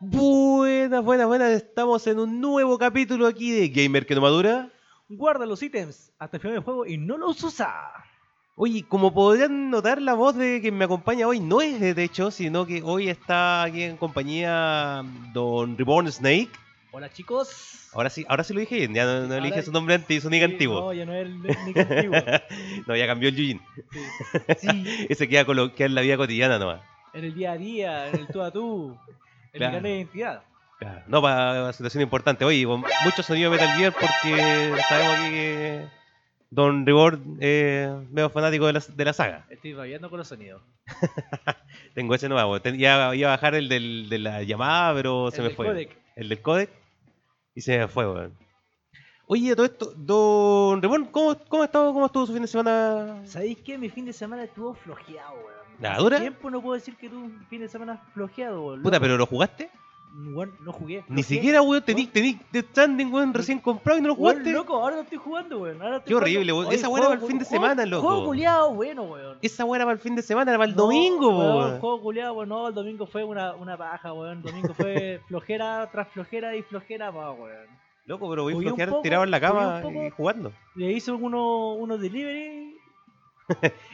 Buenas, buenas, buenas. Estamos en un nuevo capítulo aquí de Gamer que no madura. Guarda los ítems hasta el final del juego y no los usa. Oye, como podrán notar, la voz de quien me acompaña hoy no es de techo, sino que hoy está aquí en compañía Don Reborn Snake. Hola chicos. Ahora sí, ahora sí lo dije bien, ya no, no le Ahora- dije su nombre antiguo, su nick Sí, antiguo. No, ya no es el nick antiguo. No, ya cambió el Yujin. Sí. Sí, Ese queda coloquial en la vida cotidiana nomás. en el día a día, en el tú a tú, en Claro. el carnet de identidad. Claro, No, para la situación importante. Oye, con mucho sonido de Metal Gear porque sabemos aquí que Don Reward es medio fanático de la, de la saga. Estoy bailando con los sonidos. Tengo ese nuevo. Ten- iba, iba a bajar el del- de la llamada, pero se El me del fue. codec. El del codec. Y se me fue, weón. Oye, todo esto, Don Reward, ¿cómo, cómo, ha estado- ¿cómo estuvo su fin de semana? ¿Sabéis qué? Mi fin de semana estuvo flojeado, weón. ¿La Hace dura? tiempo no puedo decir que tuve un fin de semana flojeado, weón. Puta, pero ¿lo jugaste? Weón, no jugué. Ni flojeé. siquiera, weón, tenís, tenís The Stranding, weón, recién comprado y no lo Weón, jugaste. loco, ahora lo estoy jugando, weón. Ahora estoy Qué horrible, jugando. weón. Esa Oye, weá era juego- para el fin de juego- semana, loco. Juego culiado, bueno, weón. Esa weá era para el fin de semana, era para el No, domingo, weón, weón. juego culiado, weón. No, el domingo fue una, una paja, weón. El domingo fue flojera tras flojera y flojera, pa, weón. Loco, pero voy a Jugué un flojear poco, tirado en la cama jugué y un poco. jugando. Le hice uno- unos delivery.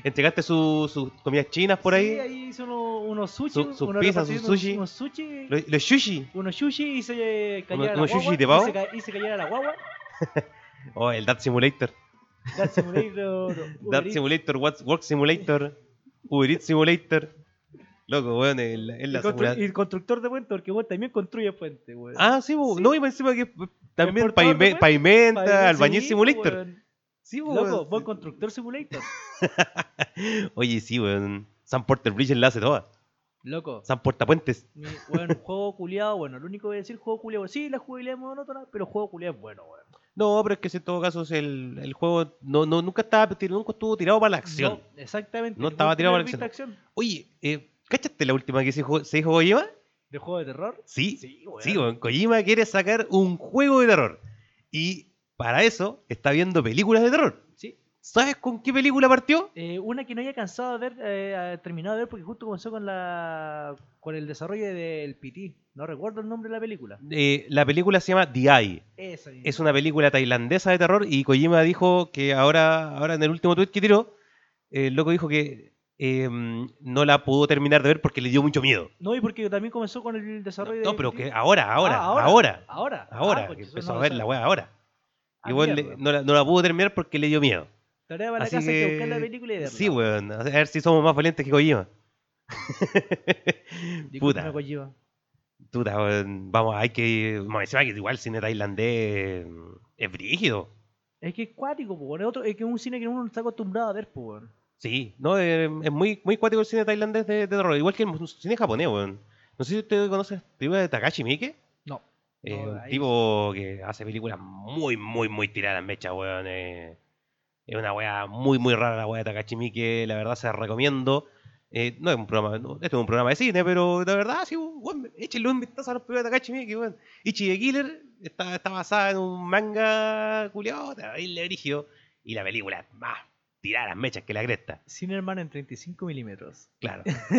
Entregaste su- sus comidas chinas por sí, ahí, ahí hice uno- unos sushi. Su- sus unos pizzas, sus repartidores, sushi. Unos sushi. los, los sushi. Unos sushi y se Uno- cayera la unos sushi guagua. de pavo. Hice, ca- hice cayera la guagua. Oh, el Dad Simulator. Dad Simulator. Uber Dad Eats. Simulator, What's- Work Simulator, Uber Eats Simulator. Loco, weón, es la- es Y, la constru- simulación. y constructor de puente, porque weón también construye puente, weón. Ah, sí, bo- no, y más encima que también Transportador de paime- weón. pavimenta, Parece- albañil sí, simulator. weón. Sí, bo, Loco, weón. buen constructor simulator. Oye, sí, weón. San Porter Bridge la hace toda. Loco. San Portapuentes. Mi, weón, juego culiado, bueno, lo único que voy a decir, juego culiado, sí, la jugabilidad es monótona, pero juego culiado es bueno, weón. No, pero es que si en todo caso es el, el juego no, no, nunca estaba tir- nunca estuvo tirado para la acción. No, exactamente. No el estaba juego tirado para culiao la es vista acción. Oye, eh, ¿cachaste la última que se dijo, se dijo Kojima? ¿De juego de terror? Sí, sí, Sí, weón. weón, Kojima quiere sacar un juego de terror. Y para eso está viendo películas de terror. Sí. ¿Sabes con qué película partió? Eh, una que no haya cansado de ver, eh, eh, terminado de ver, porque justo comenzó con la con el desarrollo del PT. No recuerdo el nombre de la película. Eh, la película se llama The Eye. Esa misma. Es una película tailandesa de terror y Kojima dijo que ahora, ahora en el último tweet que tiró, eh, el loco dijo que eh, no la pudo terminar de ver porque le dio mucho miedo. No, y porque también comenzó con el desarrollo No, de pero PT. que ahora, ahora, ¿eh? Ah, ahora, ahora, ahora. Ahora. Ah, pues, que eso empezó no a lo ver la sabía. weá ahora. Ah, Y weón le- mierda. no la- no la pudo terminar porque le dio miedo. Tarea para la Así casa hay que... que- buscar la película y verla. Sí, weón. A ver si somos más valientes que Kojima. Discúlpame, Puta. Kojima. Puta, weón. Vamos, hay que. Vamos, encima que igual cine tailandés mm, es brígido. Es que es cuático, po, weón. Es, otro- es que es un cine que uno no está acostumbrado a ver, po, weón. Sí, no, eh, es muy, muy cuático el cine tailandés de, de terror. Igual que el cine japonés, weón. No sé si ustedes conocen el tipo de Takashi Miike. No. Eh, No, un ahí- tipo que hace películas muy, muy, muy tiradas en mecha, weón. eh. es una weá muy, muy rara la weá de Takashi Miike. La verdad se la recomiendo. Eh, no es un programa, no, esto es un programa de cine, pero la verdad, sí, weón, échenle un vistazo a los películas de Takashi Miike, weón. Ichi the Killer está, está basada en un manga culiado, terrible brígido. Y la película es más tirada a las mechas que la cresta. Cine hermano en 35 milímetros. Claro.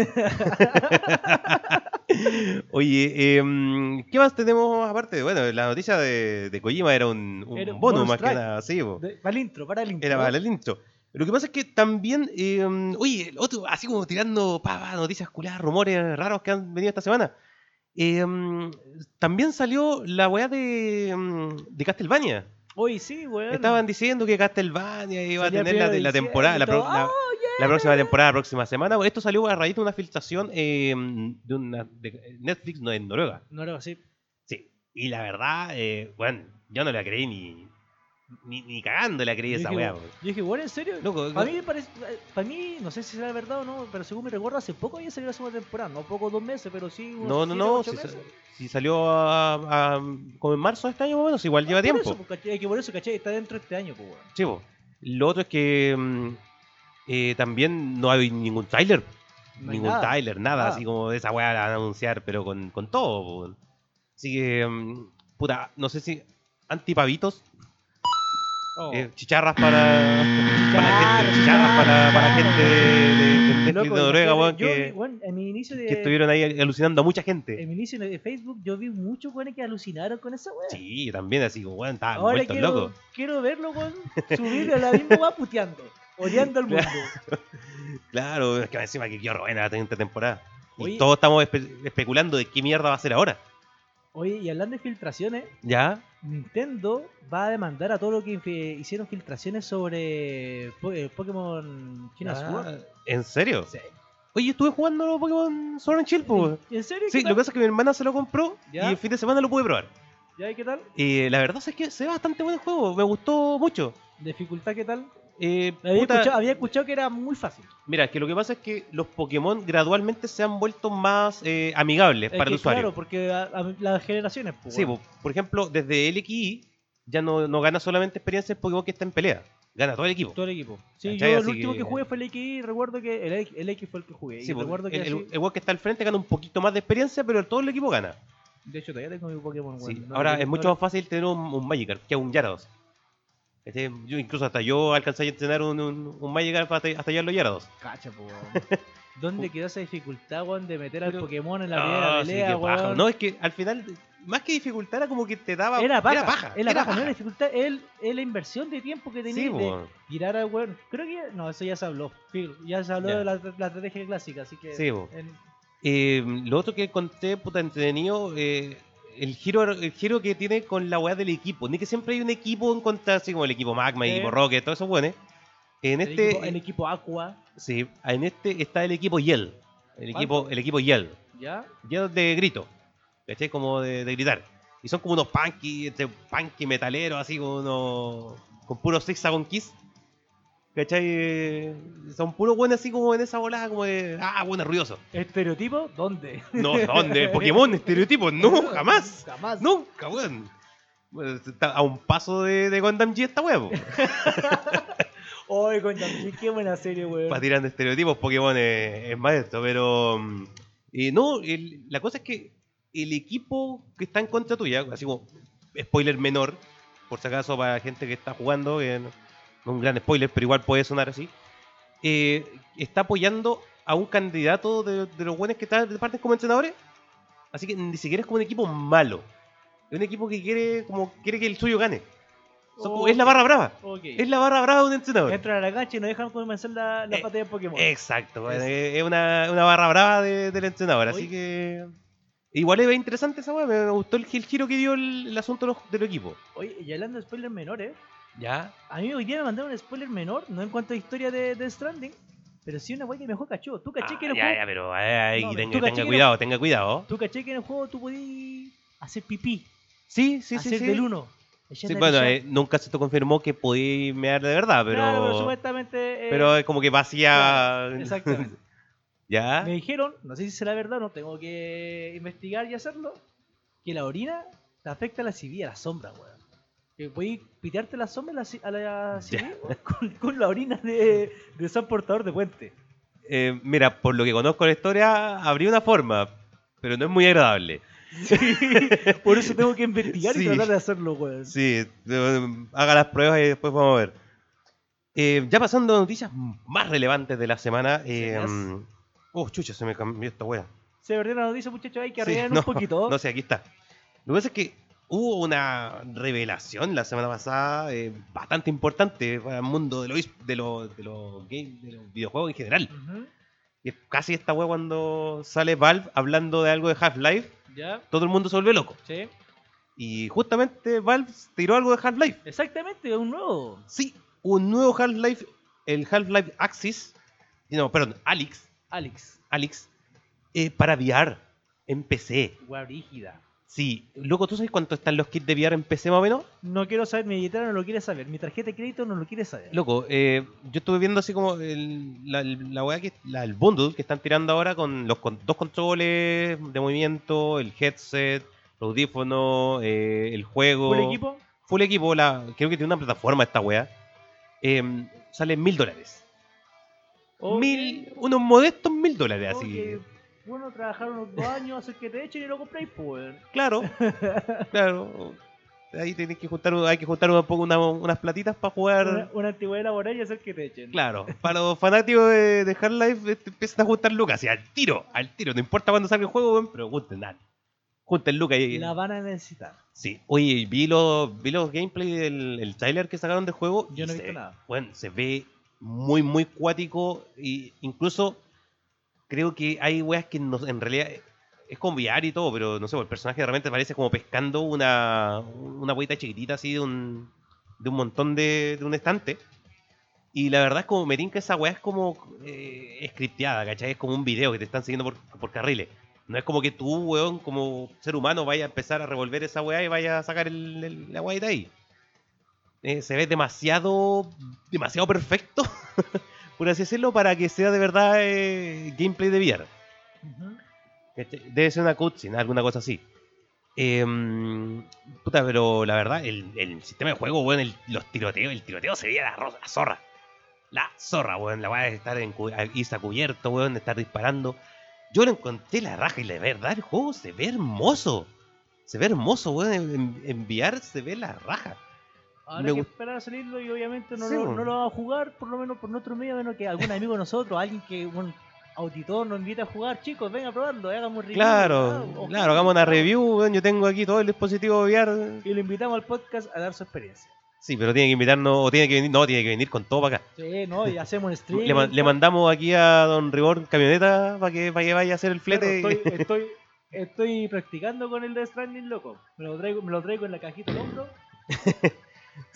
Oye, em, ¿qué más tenemos aparte? Bueno, la noticia de, de Kojima era un, un Era un bonus bonus más que track. nada, sí, po. De- Para el intro, para el Oh. intro. era para el intro. Lo que pasa es que también, em, oye, el otro, así como tirando pa, pa, noticias culadas, rumores raros que han venido esta semana. em, también salió la weá de, em, de Castlevania. Hoy sí, weón. Estaban diciendo que Castlevania iba a Salía tener la, primero la de temporada, la, diciembre y pro- todo. Ah, la- la próxima temporada, la próxima semana. Esto salió a raíz de una filtración eh, de, una, de Netflix no, en Noruega. No era así. Sí. Y la verdad, eh, bueno, yo no la creí ni, ni, ni cagando la creí Yo esa dije, weá. yo weón. dije, weón, ¿en serio? Loco, Para mí, parece, para mí, no sé si será verdad o no, pero según me recuerdo, hace poco había salido la segunda temporada. No poco, dos meses, pero sí. unos no, no, siete, no. ocho Si, sa- meses. si salió a- a- como en marzo de este año, más o menos, igual lleva Por tiempo. Eso, pues, caché, es que por eso, caché, está dentro de este año, pues, weón. Sí, po. Lo otro es que mm, eh, también no hay ningún trailer. No hay ningún nada. Tyler, nada, Nada. así como de esa weá la van a anunciar, pero con, con todo. po, weón. Así que, mm, puta, no sé si. Antipavitos. Oh. Eh, chicharras para. para gente, chicharras para, para gente de, de, de Netflix Loco, de Noruega, eh, yo- weón, yo eh, vi, que, weón, en mi inicio de, que estuvieron ahí alucinando a mucha en gente. mi inicio de Facebook yo vi muchos weones que alucinaron con esa weá. Sí, yo también, así como, weón, estaban Ahora vueltos quiero, locos. quiero verlo, weón, subirlo a la misma weá puteando, odiando al mundo. Claro. Claro, es que encima que quiero buena la siguiente temporada. Y Oye. todos estamos espe- especulando de qué mierda va a ser ahora. Oye, y hablando de filtraciones, ¿Ya? Nintendo va a demandar a todos los que infi- hicieron filtraciones sobre po- eh, Pokémon China Ah, Sword. ¿En serio? Sí. Oye, estuve jugando Pokémon Sword and Shield, po, weón. ¿En serio? Sí, ¿Qué lo que tal? pasa es que mi hermana se lo compró ¿Ya? y el fin de semana lo pude probar. ¿Ya y qué tal? Y la verdad es que se ve bastante buen juego, me gustó mucho. ¿Dificultad qué tal? Eh, Había, puta, escuchado, había escuchado que era muy fácil. Mira, que lo que pasa es que los Pokémon gradualmente se han vuelto más eh, amigables Es para el que, usuario. Claro, porque a- a- las generaciones, pues, Sí, weón. po, por ejemplo, desde LXI ya no, no gana solamente experiencia en Pokémon que está en pelea, gana todo el equipo. Todo el equipo. Sí, yo ¿Cachai? el Así último que... que- jugué fue el XI, recuerdo que el, X- el X fue el que jugué. Sí, y po, recuerdo que el, el- así- el weón que está al frente gana un poquito más de experiencia, pero todo el equipo gana. De hecho, todavía tengo mi Pokémon. Sí, weón. Ah, No Ahora lo- es no mucho lo- más fácil tener un, un Magikarp que un Gyarados. Este, yo, incluso hasta yo alcancé a entrenar un, un, un Magikarp hasta, hasta llevarlo a Gyarados. Cacha, po, weón. ¿Dónde quedó esa dificultad, weón, de meter al Pero- Pokémon en la primera Ah, sí, pelea, qué paja. weón? No, es que al final, más que dificultad, era como que te daba. era paja. paja. Era paja. era no era paja. dificultad. el- Es la inversión de tiempo que tenía Sí, de po. tirar al weón. Creo que. ya- No, eso ya se habló. Phil, Ya se habló Ya. de la, la estrategia clásica, así que. Sí, po. en- Eh, lo otro que conté, puta, entretenido, eh, el giro el giro que tiene con la weá del equipo. Ni que siempre hay un equipo en contra, así como el equipo Magma, el Sí. equipo Rocket, todos esos buenos. En el este, equipo- el equipo Aqua, sí, en este está el equipo Yell. El ¿Cuánto? equipo, el equipo Yell. ¿ya? Yell de grito. ¿Cachai? Como de, de gritar. Y son como unos punky, este, punky metaleros, así como unos. con puro hexagon kiss. ¿Cachai? Eh, Son puros buenos así como en esa volada, como de. Ah, buenos ruidosos. ¿Estereotipo? ¿Dónde? No, ¿dónde? Pokémon, estereotipo, no, jamás. Jamás. Nunca, weón. Bueno, está a un paso de, de Gundam G esta huevo. Oye, con Yamchi, qué buena serie, weón. Para tirando estereotipos, Pokémon es, es maestro, pero. mm, eh, no, el- la cosa es que el equipo que está en contra tuya, así como spoiler menor, por si acaso para gente que está jugando, que no no es un gran spoiler, pero igual puede sonar así, eh, está apoyando a un candidato de, de los buenos que están de parte como entrenadores, así que ni siquiera es como un equipo malo, es un equipo que quiere como quiere que el suyo gane. Son como- es la barra brava, Ok. es la barra brava de un entrenador. Entran a la cancha y no dejan comenzar la, la Eh, batalla de Pokémon. Exacto, bueno, Es- es, es una, una barra brava de- del entrenador, Oye. así que. Igual es interesante esa weá, me gustó el, el giro que dio el, el asunto de los- del equipo. Oye, y hablando de spoilers menores, ¿Ya? a mí hoy día me mandaron un spoiler menor, no en cuanto a historia de, de Stranding, pero sí una wey que me dejó cachudo. Tú caché que en el Ah, ya, juego, ya, pero ay, ay, No, tenga, tú caché tenga que cuidado, tenga cuidado. tú caché que en el juego tú podías hacer pipí, Sí, sí, sí. hacer sí. del uno. Sí, bueno, eh, nunca se te confirmó que podí mear de verdad, pero. Claro, pero pero, supuestamente... eh, es como que vacía. claro, exactamente. ¿Ya? Me dijeron, no sé si es la verdad o no, tengo que investigar y hacerlo, que la orina te afecta a la CV, a la sombra, weón. Que podéis pitearte la sombra a la, ci- a la CV, weón, con, con la orina de, de San Portador de Puente. Eh, mira, por lo que conozco la historia, habría una forma, pero no es muy agradable. Por eso tengo que investigar Sí. y tratar de hacerlo, weón. Sí, eh, haga las pruebas y después vamos a ver. Eh, ya pasando a noticias más relevantes de la semana. eh, Señas. oh, chucha, se me cambió esta wea. Se perdió la noticia, muchachos, hay que Sí, arreglar no, un poquito. No sé, aquí está. Lo que pasa es que hubo una revelación la semana pasada eh, bastante importante para el mundo de los, de los, de los game- de los videojuegos en general. Ujú, Y es Casi esta wea cuando sale Valve hablando de algo de Half-Life, Ya, todo el mundo se vuelve loco. sí. Y justamente Valve tiró algo de Half-Life. Exactamente, un nuevo. Sí, un nuevo Half-Life, el Half-Life Axis, no, perdón, Alex, Alex, Alex, eh, para VR en PC. weá rígida. Sí, loco, ¿tú sabes cuánto están los kits de VR en PC más o menos? No quiero saber, mi billetera no lo quiere saber, mi tarjeta de crédito no lo quiere saber. Loco, eh, yo estuve viendo así como el, la, la weá que, la- el bundle que están tirando ahora con los con- dos controles de movimiento, el headset, los audífonos, eh, el juego. ¿Por equipo? Full equipo, la, creo que tiene una plataforma esta weá. em, sale mil dólares. Ok. mil, unos modestos mil dólares, así. Porque, bueno, trabajar unos dos años, hacer que te echen y lo compréis, pues. Claro, claro. ahí tenés que juntar, hay que juntar un poco una- unas platitas para jugar. Una, una antigüedad laboral y hacer que te echen. Claro, para los fanáticos de, de Half-Life este, empiezan a juntar lucas y al tiro, al tiro, no importa cuándo salga el juego, weón, pero junten, dale. Junten lucas y... La van a necesitar. Sí, oye, vi los, vi los gameplay del el trailer que sacaron del juego. Yo y no he se- visto nada. Bueno, se ve muy, muy cuático. Y incluso creo que hay weas que no- en realidad es con VR y todo, pero no sé, el personaje de repente parece como pescando una, una huevita chiquitita así de un, de un montón de, de un estante. Y la verdad es como, me tinca esa wea es como eh, scripteada, ¿cachai? Es como un video que te están siguiendo por, por carriles. No es como que tú, weón, como ser humano, vaya a empezar a revolver esa weá y vaya a sacar el- el- la weá de ahí. Eh, se ve demasiado, demasiado perfecto, por así decirlo, para que sea de verdad eh, gameplay de VR. Ujú. ¿Cachai? Debe ser una cutscene, alguna cosa así. Em, puta, pero la verdad, el, el sistema de juego, weón, el- los tiroteos, el tiroteo se veía la, ro- la zorra. La zorra, weón, la weá de estar en cu- a- irse a cubierto, weón, de estar disparando. Yo lo encontré la raja y la verdad, el juego se ve hermoso. Se ve hermoso, weón, en, en- en VR se ve la raja. Ahora Me hay que gust- esperar a salirlo y obviamente no, Sí, lo, bueno. no lo va a jugar, por lo menos por nuestro medio, a menos que algún amigo de nosotros, alguien que un auditor nos invite a jugar, chicos, venga a probarlo, hagamos review. Claro, ah, o- claro, hagamos una review, weón, yo tengo aquí todo el dispositivo VR. Y lo invitamos al podcast a dar su experiencia. Sí, pero tiene que invitarnos, o tiene que venir, no, tiene que venir con todo para acá. Sí, ¿no? Y hacemos un stream. Le, ma- le mandamos aquí a Don Ribón camioneta para que, para que vaya a hacer el Claro, flete. estoy, estoy, estoy practicando con el de Stranding, loco. Me lo traigo, me lo traigo en la cajita al hombro.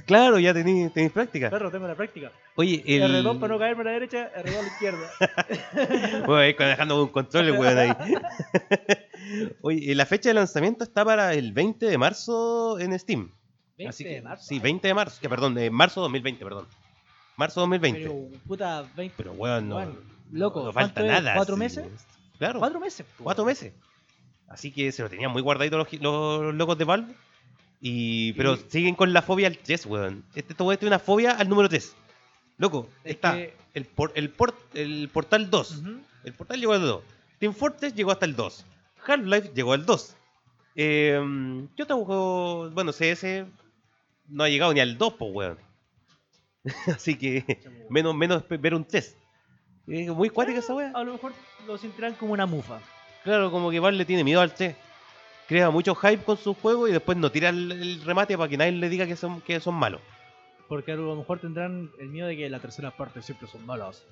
Claro, ya tenéis práctica. Perro, tengo la práctica. Oye, el. R2 para no caerme a la derecha, R2 a la izquierda. Bueno, ahí dejando un control, el weón ahí. Oye, eh, la fecha de lanzamiento está para el 20 de marzo en Steam. 20 Así que- de marzo. Sí, 20 de marzo, que perdón, de marzo 2020, perdón. Marzo 2020. Pero, Pero, puta, 20. weón, no. Bueno, loco, no falta ¿cuánto es? nada. ¿Cuatro sí. meses? Claro. Cuatro meses. po. cuatro meses. Así que se lo tenían muy guardadito los, gi- los locos de Valve. Y, pero Sí. siguen con la fobia al 3, weón. Este todo tiene una fobia al número 3. Loco, Es está que- el, por- el, por- el Portal 2. Ujú. El Portal llegó al 2. Team Fortress llegó hasta el 2. Half-Life llegó al 2. Eh, yo juego. Bueno, CS no ha llegado ni al 2, pues, weón. Así que menos, menos ver un 3. Es muy cuática esa weá. A lo mejor lo sentirán como una mufa. Claro, como que Valve le tiene miedo al 3. Crea mucho hype con su juego y después no tira el, el remate para que nadie le diga que son, que son malos. Porque a lo mejor tendrán el miedo de que las terceras partes siempre son malas.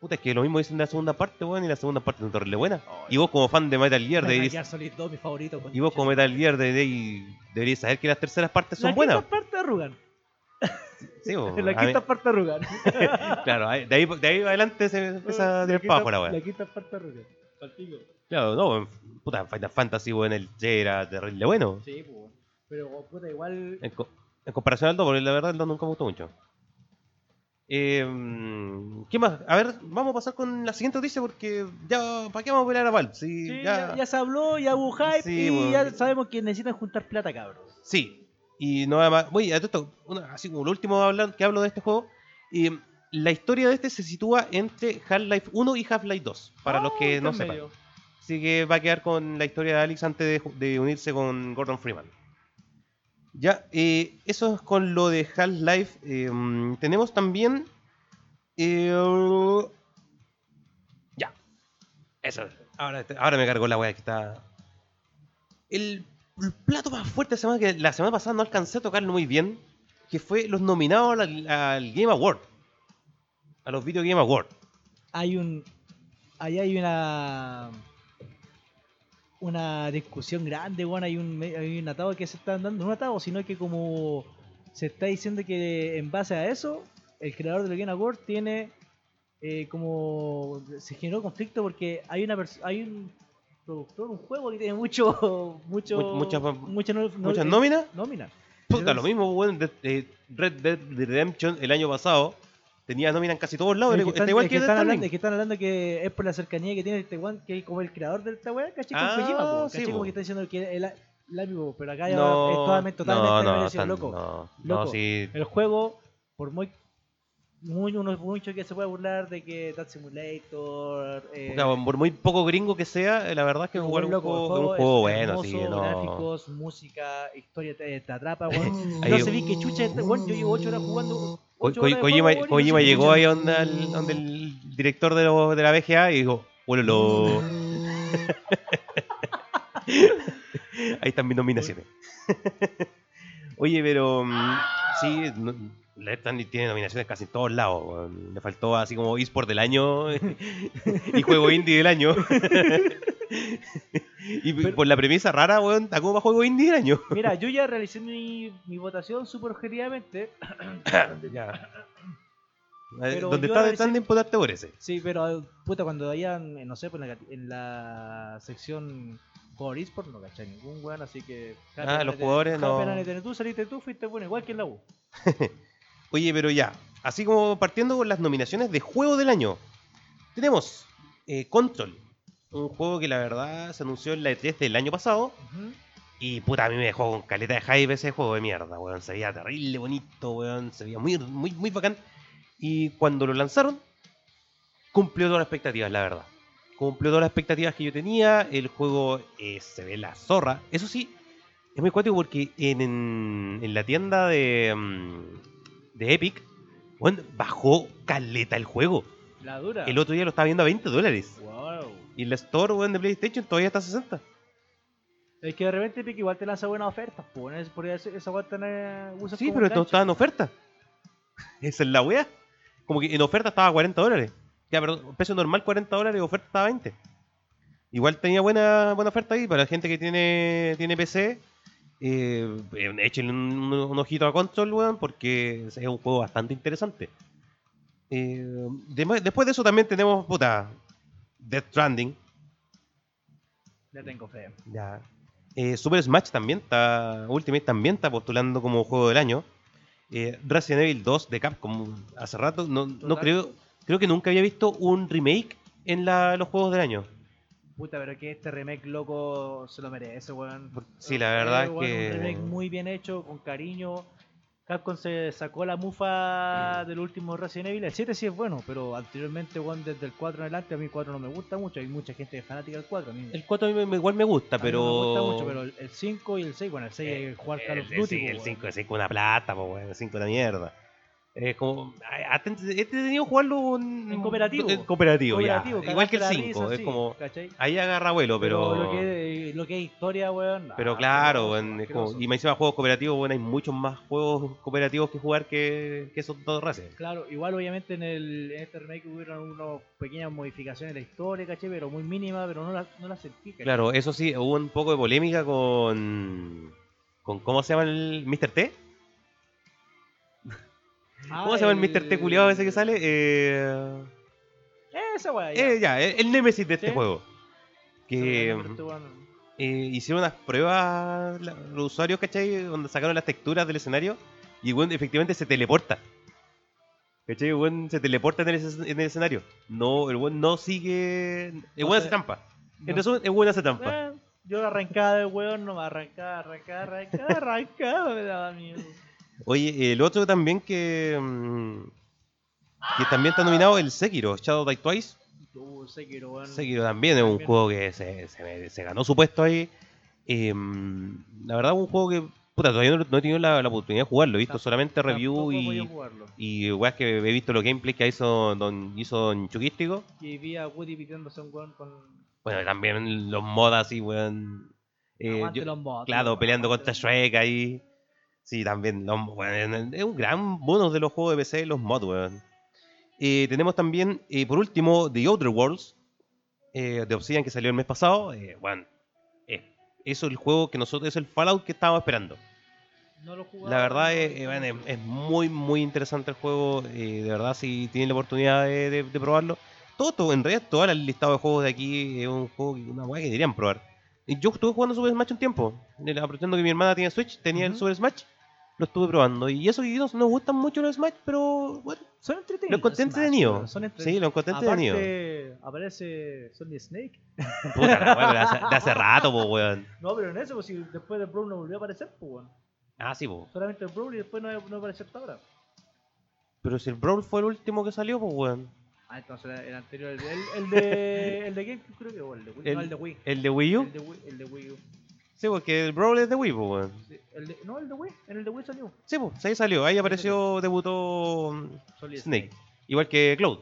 Puta, es que lo mismo dicen de la segunda parte, weón, y la segunda parte no es terrible buena. Ay. Y vos como fan de Metal Gear, Oh, Metal deberías, Gear Solid 2, mi favorito. y vos como Metal Gear deberías, deberías saber que las terceras partes son buenas. La quinta parte arrugan. Sí, vos, La a mí- quinta parte arrugan. claro, ahí- de ahí, de ahí para adelante se empieza a tirar para afuera, weón. La quinta parte arrugan. Palpico. Claro, no, weón, puta, Final Fantasy, weón, el 3 era terrible bueno. Sí, pues. bueno. Pero oh, puta, igual. En, co- en comparación al 2, porque la verdad el 2 nunca me gustó mucho. Eh, ¿Qué más? A ver, vamos a pasar con la siguiente noticia porque ya, ¿para qué vamos a pelear a Valve? Si Sí, ya, ya, ya se habló, ya hubo Sí, hype pues. y bueno. ya sabemos que necesitan juntar plata, cabros. Sí, y no nada más. Oye, a todo esto, una- así como lo último hablar- que hablo de este juego, eh, la historia de este se sitúa entre Half-Life 1 y Half-Life 2, para Oh, los que no sepan. Así que va a quedar con la historia de Alex antes de, ju- de unirse con Gordon Freeman. Ya, eh, eso es con lo de Half-Life. Eh, mm, tenemos también. eh, ya. Eso. Ahora, te- ahora me cargo la weá que está. El, el plato más fuerte de semana que la semana pasada no alcancé a tocarlo muy bien. Que fue los nominados al, al Game Award. A los Video Game Award. Hay un. Ahí hay una. Una discusión grande, weón. Hay un, me- hay un atado que se está dando. No un atado, sino que como. Se está diciendo que en base a eso, el creador del Game Award tiene. eh, como. Se generó conflicto porque hay una pers- hay un productor, un juego que tiene mucho. mucho Mu- muchas- mucha no- no- Muchas eh, nóminas. nóminas. Puta, lo mismo, weón. de- de Red Dead Redemption el año pasado tenía nómina en casi todos lados. Es Está que están, igual es que, que Death están hablando, Stranding. es que están hablando que es por la cercanía que tiene este weón, que es como el creador de esta weá, ¿cachai? Con Ah, Kojima, po, sí, ¿cachai? po. como que está diciendo que el, el amigo, pero acá ya No, es totalmente, totalmente no, no, merecido, están- loco. no, no, Loco. sí. El juego, por muy muy, uno, mucho que se puede burlar de que Dance Simulator. eh, Porque por muy poco gringo que sea, eh, la verdad es que un jugar un loco, juego, el es un juego es bueno, así que no. hermoso, Gráficos, música, historia te, te atrapa, weón. Ahí- no sé bien qué chucha este weón. Yo llevo 8 horas jugando. Ko- ocho Ko- horas de Kojima, juego, weón, y no sé Kojima qué llegó chucha. ahí donde el, donde el director de, lo- de la BGA y dijo, bueno, lo... ahí están mis nominaciones. Oye, pero mm, sí, no, la Red Dead tiene nominaciones casi en todos lados. weón. Le faltó así como eSport del año y juego indie del año. y Pero- por la premisa rara, weón, ¿cómo va juego indie del año? Mira, yo ya realicé mi, mi votación súper objetivamente. Pero Donde yo está ahora Death Stranding, votaste por ese. Sí, pero eh, puta, cuando vayan, eh, no sé, pues, en, la, cat- en la sección jugador eSport no cachai ningún weón, así que. Ah, los jugadores no. Tener, tú saliste tú, fuiste bueno, igual que en la U. Oye, pero ya, así como partiendo con las nominaciones de juego del año, tenemos eh, Control, un juego que la verdad se anunció en la E3 del año pasado. Ujú. Y puta, a mí me dejó con caleta de hype ese juego de mierda, weón. Se veía terrible, bonito, weón. Se veía muy, muy, muy bacán. Y cuando lo lanzaron, cumplió todas las expectativas, la verdad. Cumplió todas las expectativas que yo tenía. El juego eh, se ve la zorra. Eso sí, es muy cuático porque en, en- en la tienda de, mm, de Epic, weón, bajó caleta el juego. La dura. El otro día lo estaba viendo a 20 dólares. Wow. Y el store, weón, de PlayStation todavía está a 60. Es que de repente Epic igual te lanza buenas ofertas, pones por eso esa weá tan eh, usas Sí, como pero esto gancho. estaba en oferta. Esa es la weá. Como que en oferta estaba a 40 dólares. Ya, perdón, precio normal 40 dólares, oferta estaba a 20. Igual tenía buena, buena oferta ahí para la gente que tiene, tiene PC. Eh, eh, échenle un, un- un ojito a Control, weón, porque es un juego bastante interesante. Eh, dem- después de eso también tenemos, puta, Death Stranding. Ya tengo fe. Ya. Eh, Super Smash también está. Ultimate también está postulando como juego del año. Eh, Resident Evil 2 de Capcom. Hace rato, no, no Total. creo. Creo que nunca había visto un remake en la- los juegos del año. Puta, pero que este remake loco se lo merece, weón. Eh, Por- sí, la verdad es weón, que- Un remake muy bien hecho, con cariño. Capcom se sacó la mufa del último Resident Evil. El 7 sí es bueno, pero anteriormente, weón, desde el 4 en adelante, a mí el 4 no me gusta mucho. Hay mucha gente que es fanática del 4. A mí, El 4 a mí me- me- igual me gusta, a mí Ah, pero. no me gusta mucho, pero el- el 5 y el 6, bueno, el 6 Eh, es jugar Call el, of Duty. sí, po, el weón. 5 es una plata, po, weón, el 5 de la mierda. Es como. ay, ha ten- He tenido que jugarlo en, En cooperativo. en cooperativo, ya. Cooperativo, Igual que el cagarte la 5. risa, es sí, como. ¿cachai? Ahí agarra vuelo, Pero, lo, que, lo que es historia, weón. nah, Pero claro, asqueroso, weón, es como- asqueroso. y me encima juegos cooperativos, bueno, hay muchos más juegos cooperativos que jugar que, que esos dos races. Claro, igual obviamente en, el, en este remake hubieron unas pequeñas modificaciones de la historia, caché, pero muy mínimas, pero no las no la sentí, caché. Claro, eso sí, hubo un poco de polémica con. con ¿Cómo se llama el Mr. T? Ah, ¿Cómo se llama el Mr. T culiado ese que sale? Eh, Esa weá. Ah, ya. eh, ya, el, el némesis de este Sí. juego. Que em, Seguramente este weón- eh, hicieron unas pruebas la- los usuarios, ¿cachai? Donde sacaron las texturas del escenario y bueno, efectivamente se teleporta. ¿Cachai? El weón se teleporta en el, es- en el escenario. No, el buen no sigue. El No buen hace sé. trampa. En No. resumen, el buen hace trampa. Eh, yo arrancaba de weón, no me arrancaba, arrancaba, arrancaba, arrancaba, me daba miedo. Oye, el otro también que. mm, que también está nominado el Sekiro, Shadow Die Twice. Uh, Sekiro, weón. Sekiro también es un También. juego que se, se- se ganó su puesto ahí. Eh, la verdad, un juego que. Puta, todavía no, no he tenido la, la oportunidad de jugarlo. He visto Tamp- solamente Tampoco review voy a y. jugarlo. Y weas que he visto los gameplays que hizo Don, hizo don Chuquístico. Y vi a Woody pitiéndose a un weón con. Bueno, también los modas y weón. eh, Aguante yo- los mods, claro, weón, peleando aguante contra los mods. Shrek ahí. Sí, también. Los, weón, es un gran bonus de los juegos de PC, los mods, weón. Eh, tenemos también, eh, por último, The Outer Worlds eh, de Obsidian que salió el mes pasado. Eh, weón, eh, eso es el juego que nosotros, es el Fallout que estábamos esperando. No lo jugaba, La verdad es, no, eh, no, bueno, es, no. es muy, muy interesante el juego. eh, de verdad, si tienen la oportunidad de, de- de probarlo. Todo, todo, en realidad, todo el listado de juegos de aquí eh, es un juego, que- una weá que deberían probar. Y Yo estuve jugando Super Smash un tiempo. eh, Aprovechando que mi hermana tiene Switch, tenía el Ujú. Super Smash. Lo estuve probando. Y eso que nos, nos gustan mucho los Smash, pero bueno, Son entretenidos. lo encontré Smash, entretenido. weón, Son Sí, entretenidos. lo encontré entretenido. Aparte, aparece Sonny Snake. Puta la weá, pero de hace, de hace rato, po, weón. No, pero en eso, pues si después de Brawl no volvió a aparecer, pues bueno. Ah, sí, po. Solamente el Brawl y después no, no apareció hasta ahora. Pero si el Brawl fue el último que salió, pues weón. Ah, entonces el anterior, el, el, el de, el de GameCube creo que, o el de Wii. El- no, el de Wii. ¿El de Wii U? El de Wii, el de Wii U. Sí, porque el Brawl es de Wii, pues weón. Sí, el de- no, el de Wii, en el de Wii salió. Sí, pues ahí salió. Ahí apareció, debutó mm, Solid Snake. Igual que Cloud.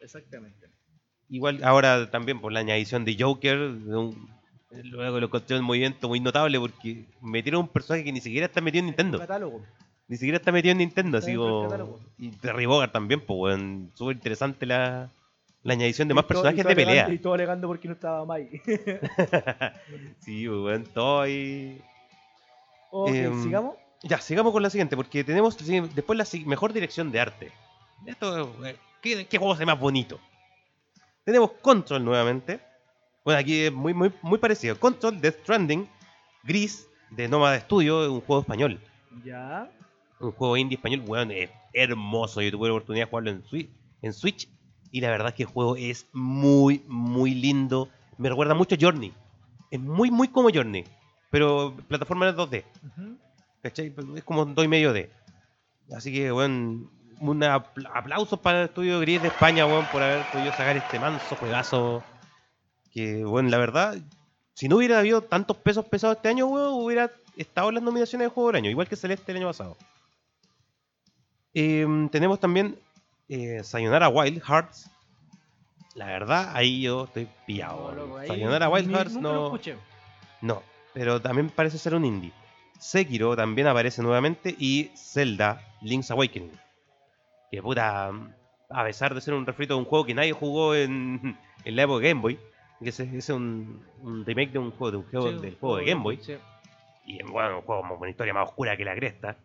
Exactamente. Igual ahora también por la añadición de Joker, de un- luego lo encontré un movimiento muy notable porque metieron un personaje que ni siquiera está metido en Un Nintendo. catálogo. Ni siquiera está metido en Nintendo, Está así dentro del como... catálogo. Y Terry Bogard también, pues, weón. Súper interesante la, la añadición de más Y todo- y personajes todo de alegando- pelea. Y todo alegando porque no estaba Mike. Sí, pues, weón, todo ahí... ok, Em, sigamos. Ya, sigamos con la siguiente, porque tenemos sí, después la si- mejor dirección de arte. Esto, eh, ¿qué, qué juego se ve más bonito? Tenemos Control nuevamente. Bueno, aquí es muy, muy, muy parecido. Control, Death Stranding, Gris, de Nómada Studio, un juego español. Ya. Un juego indie español, weón, es hermoso. Yo tuve la oportunidad de jugarlo en Switch, en Switch. Y la verdad es que el juego es muy, muy lindo. Me recuerda mucho a Journey. Es muy, muy como Journey. Pero plataforma en 2D. Ujú. ¿Cachai? Pero Es como dos y medio de. Así que, weón, un apl- aplausos para el estudio Gris de España, weón, por haber podido sacar este manso juegazo. Que, weón, la verdad, si no hubiera habido tantos pesos pesados este año, weón, hubiera estado en las nominaciones de juego del año, igual que Celeste el año pasado. Em, tenemos también eh, Sayonara Wild Hearts. La verdad, ahí yo estoy pillado. No, weón. loco, ahí Sayonara Wild ni- Hearts nunca no. lo escuché. No, pero también parece ser un indie. Sekiro también aparece nuevamente y Zelda Link's Awakening. Que puta, a pesar de ser un refrito de un juego que nadie jugó en, en la época de Game Boy, que ese ese es un, un remake de un juego, de un juego Sí, del juego de Game Boy, Sí. y bueno, un juego con una historia más oscura que la cresta.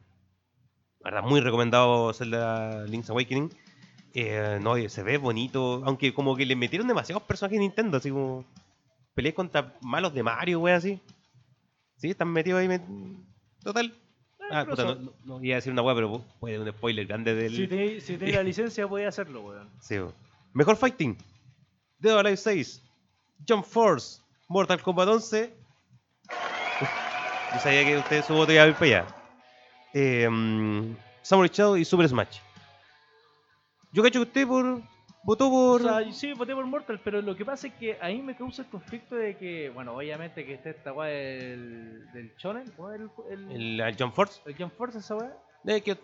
La verdad, muy recomendado Zelda Link's Awakening. Eh, no, y se ve bonito, aunque como que le metieron demasiados personajes de Nintendo, así como peleas contra malos de Mario, wey, así. Sí, están metidos ahí. met- Total. Eh, Ah, puta, no, no- no iba a decir una wea, pero puede un spoiler grande del. Si tenéis si tenéis la licencia, podéis hacerlo, weón. Sí, bo. Mejor Fighting. Dead or Alive 6. Jump Force. Mortal Kombat 11. Yo sabía que ustedes su voto iba a ir para allá. Eh, mm, Samurai Shadow y Super Smash. Yo cacho que usted por, votó por... O sea, sí, voté por Mortal, pero lo que pasa es que ahí me causa el conflicto de que, bueno, obviamente que está esta weá del, del Shonen, ¿cómo es el, el, el, al Jump Force. el Jump Force esa weá? Eh, que,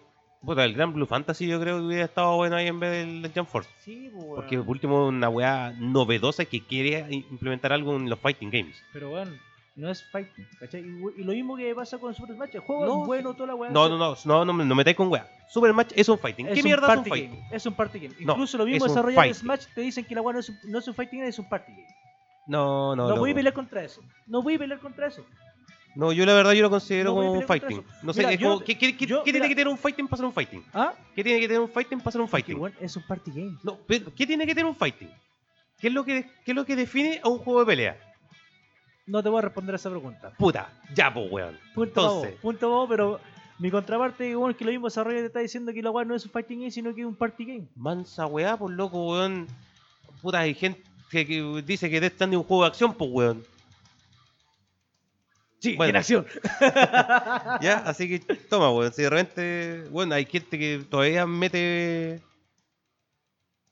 puta, el Gran Blue Fantasy yo creo que hubiera estado bueno ahí en vez del Jump Force. Sí, pues, weón. Porque por último una weá novedosa que quiere implementar algo en los fighting games. Pero weón, no es fighting, ¿cachai? Y, we- y lo mismo que pasa con Super Smash, el juego No, es bueno, toda la weá. No, no, no, no, no, me- no metáis con weá. Super Match es un fighting. Es ¿Qué un mierda es un party fighting? game, es un party game. No, Incluso lo es mismo un desarrollador de fighting. Smash te dicen que la weá no, es un- no es un fighting game, es un party game. No, no, No, no. voy a pelear contra eso. No voy a pelear contra eso. No, yo la verdad yo lo considero No voy a como un pelear contra fighting. eso. No sé, Mira, es yo- como, ¿qué, qué- qué- yo- qué tiene mira. que tener un fighting para ser un fighting? ¿Ah? ¿Qué tiene que tener un fighting para ser un Que fighting? bueno, es un party game. No, pero ¿qué tiene que tener un fighting? ¿Qué es lo que, qué es lo que define a un juego de pelea? No te voy a responder a esa pregunta. Puta, ya pues weón. Punto Entonces. bobo, punto bobo, pero mi contraparte, bueno, es que lo mismo desarrollo te está diciendo que la weá no es un fighting game, sino que es un party game. Mansa weá, por loco, weón. Puta, hay gente que, que dice que Death Stranding es un juego de acción, pues weón. Sí, Bueno. en acción. Ya, así que toma, weón. Si de repente, bueno, hay gente que todavía mete.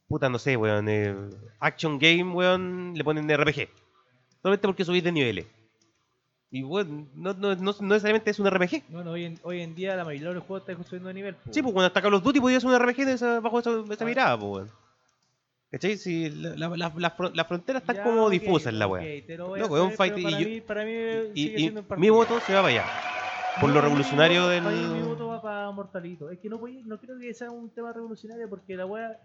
Puta, no sé, weón. eh, action game, weón, le ponen RPG. Solamente porque subís de niveles. Y weón, no, no, no, no necesariamente es un RPG. Bueno, hoy en, hoy en día la mayoría de los juegos están construyendo de nivel. po. Sí, pues cuando ataca los Duty podía ser un RPG de esa- bajo esa, esa Ah. mirada, pues weón. ¿Cachai? Si la- la- la- la fron- las fronteras están Ya, como ok, difusas, la weá. ok, te lo voy a Loco, es un hacer, pero fighting y Para, yo- mí, para mí Y, sigue y siendo un party mi game. voto se va para allá. Por No, lo mi revolucionario voto- del. para mí Mi voto va para Mortalito. Es que no, voy- no creo que sea un tema revolucionario porque la weá.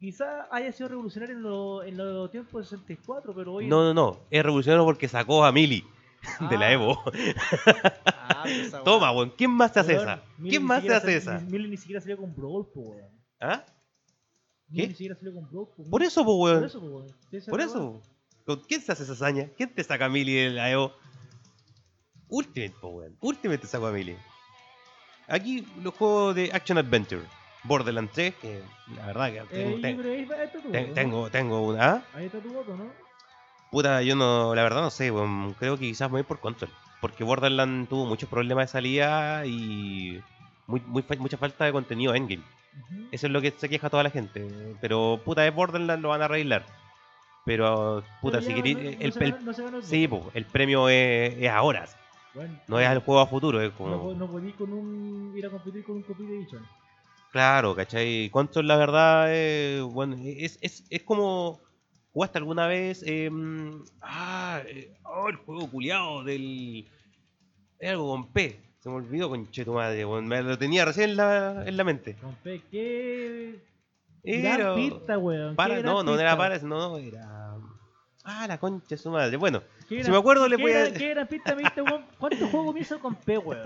Quizá haya sido revolucionario en los en los tiempos de 64, pero hoy. No, no, no. Es revolucionario porque sacó a Mili de la Ah. Evo. Ah, pero esa weá- Toma, weón. ¿Quién más te hace Weón, esa? Miller ¿Quién ni más te siquiera hace sal- esa? ni- Miller ni siquiera salió con Brawl, po, weón. ¿Ah? Miller ¿Qué? Ni siquiera salió con Brawl, po, Por weón. eso, pues, Por weón. eso, po, weón. Sí, esa Por es la weá. eso. ¿Con quién se hace esa hazaña? ¿Quién te saca a Mili de la Evo? Ultimate, pues, weón. Ultimate te sacó a Mili. Aquí los juegos de Action Adventure. Borderlands 3, que la verdad que Eh, tengo, yo ten- creo que ahí ahí está ten- tu voto, ¿no? tengo, tengo una. ¿ah? Ahí está tu voto, ¿no? Puta, yo no, la verdad no sé, weón. creo que quizás me voy por Control. Porque Borderlands tuvo muchos problemas de salida y muy, muy fa- mucha falta de contenido Endgame. Ujú. Eso es lo que se queja toda la gente. Pero puta, de Borderlands lo van a arreglar. Pero puta, Pero si ya, querí- no- no el, se el- ganó- no se ganó el sí, voto. po, el premio es, es ahora. Bueno, No es al juego a futuro, es como. no po- no podí con un, ir a competir con un copy edition. Claro, ¿cachai? ¿Cuánto la verdad? eh, bueno, es, es, es como. ¿Jugaste alguna vez? eh, ah, eh, oh, el juego culiado del. Era algo con P. Se me olvidó, conche tu madre. weón, me lo tenía recién en la, en la mente. Rompe, qué Era. gran pista, weón. qué Para, gran no, no era pista. para, no, era. Ah, la concha de su madre. Bueno, Qué Si gran- me acuerdo, le qué voy a- gran- qué gran pista me diste, weón. ¿Cuántos juegos me hizo con P, weón?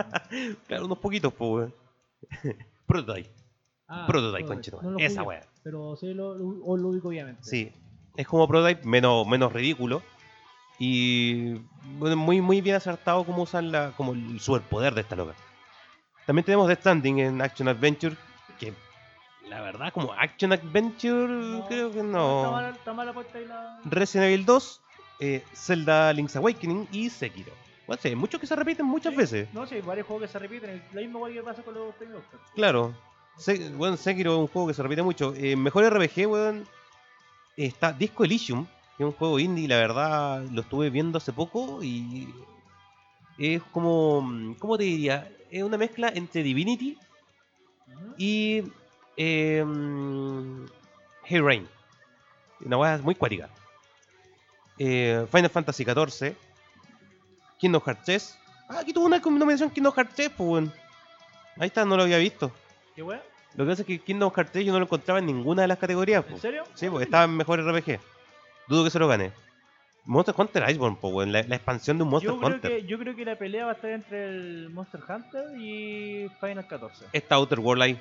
claro, unos poquitos, pues, weón. Prototype, Ah, Prototype, no, conche tu no lo madre. Esa jugué, weá. Pero sí lo, lo, o lo ubico, obviamente. Sí, es como Prototype, menos, menos ridículo. Y bueno, muy, muy bien acertado cómo usan la, como el superpoder de esta loca. También tenemos The Standing en Action Adventure, que la verdad como Action Adventure No, creo que Está no. mala, está mala puesta ahí la. Resident Evil 2, eh, Zelda Link's Awakening y Sekiro. Bueno, sí, hay muchos que se repiten muchas Sí. veces. No, sí, hay varios juegos que se repiten. Lo mismo igual que pasa con los premios Oscar. Claro. Se- bueno, Sekiro es un juego que se repite mucho. Eh, mejor RPG, weón. Está Disco Elysium, que es un juego indie, la verdad lo estuve viendo hace poco y es como, mm, ¿cómo te diría? Es una mezcla entre Divinity Ujú. y eh, mm, Hey Rain. Una hueá muy cuática. Eh, Final Fantasy XIV, Kingdom Hearts 3. Ah, aquí tuvo una nominación Kingdom Hearts 3, pues weón. Ahí está, no lo había visto. ¿Qué weón? Lo que pasa es que Kingdom Hearts 3 yo no lo encontraba en ninguna de las categorías. po. ¿En serio? Sí, porque estaba en mejor RPG. Dudo que se lo gane. Monster Hunter Iceborne, po, weón. La, la expansión de un Monster Yo creo, Hunter. que, yo creo que la pelea va a estar entre el Monster Hunter y Final 14. Esta Outer World ahí.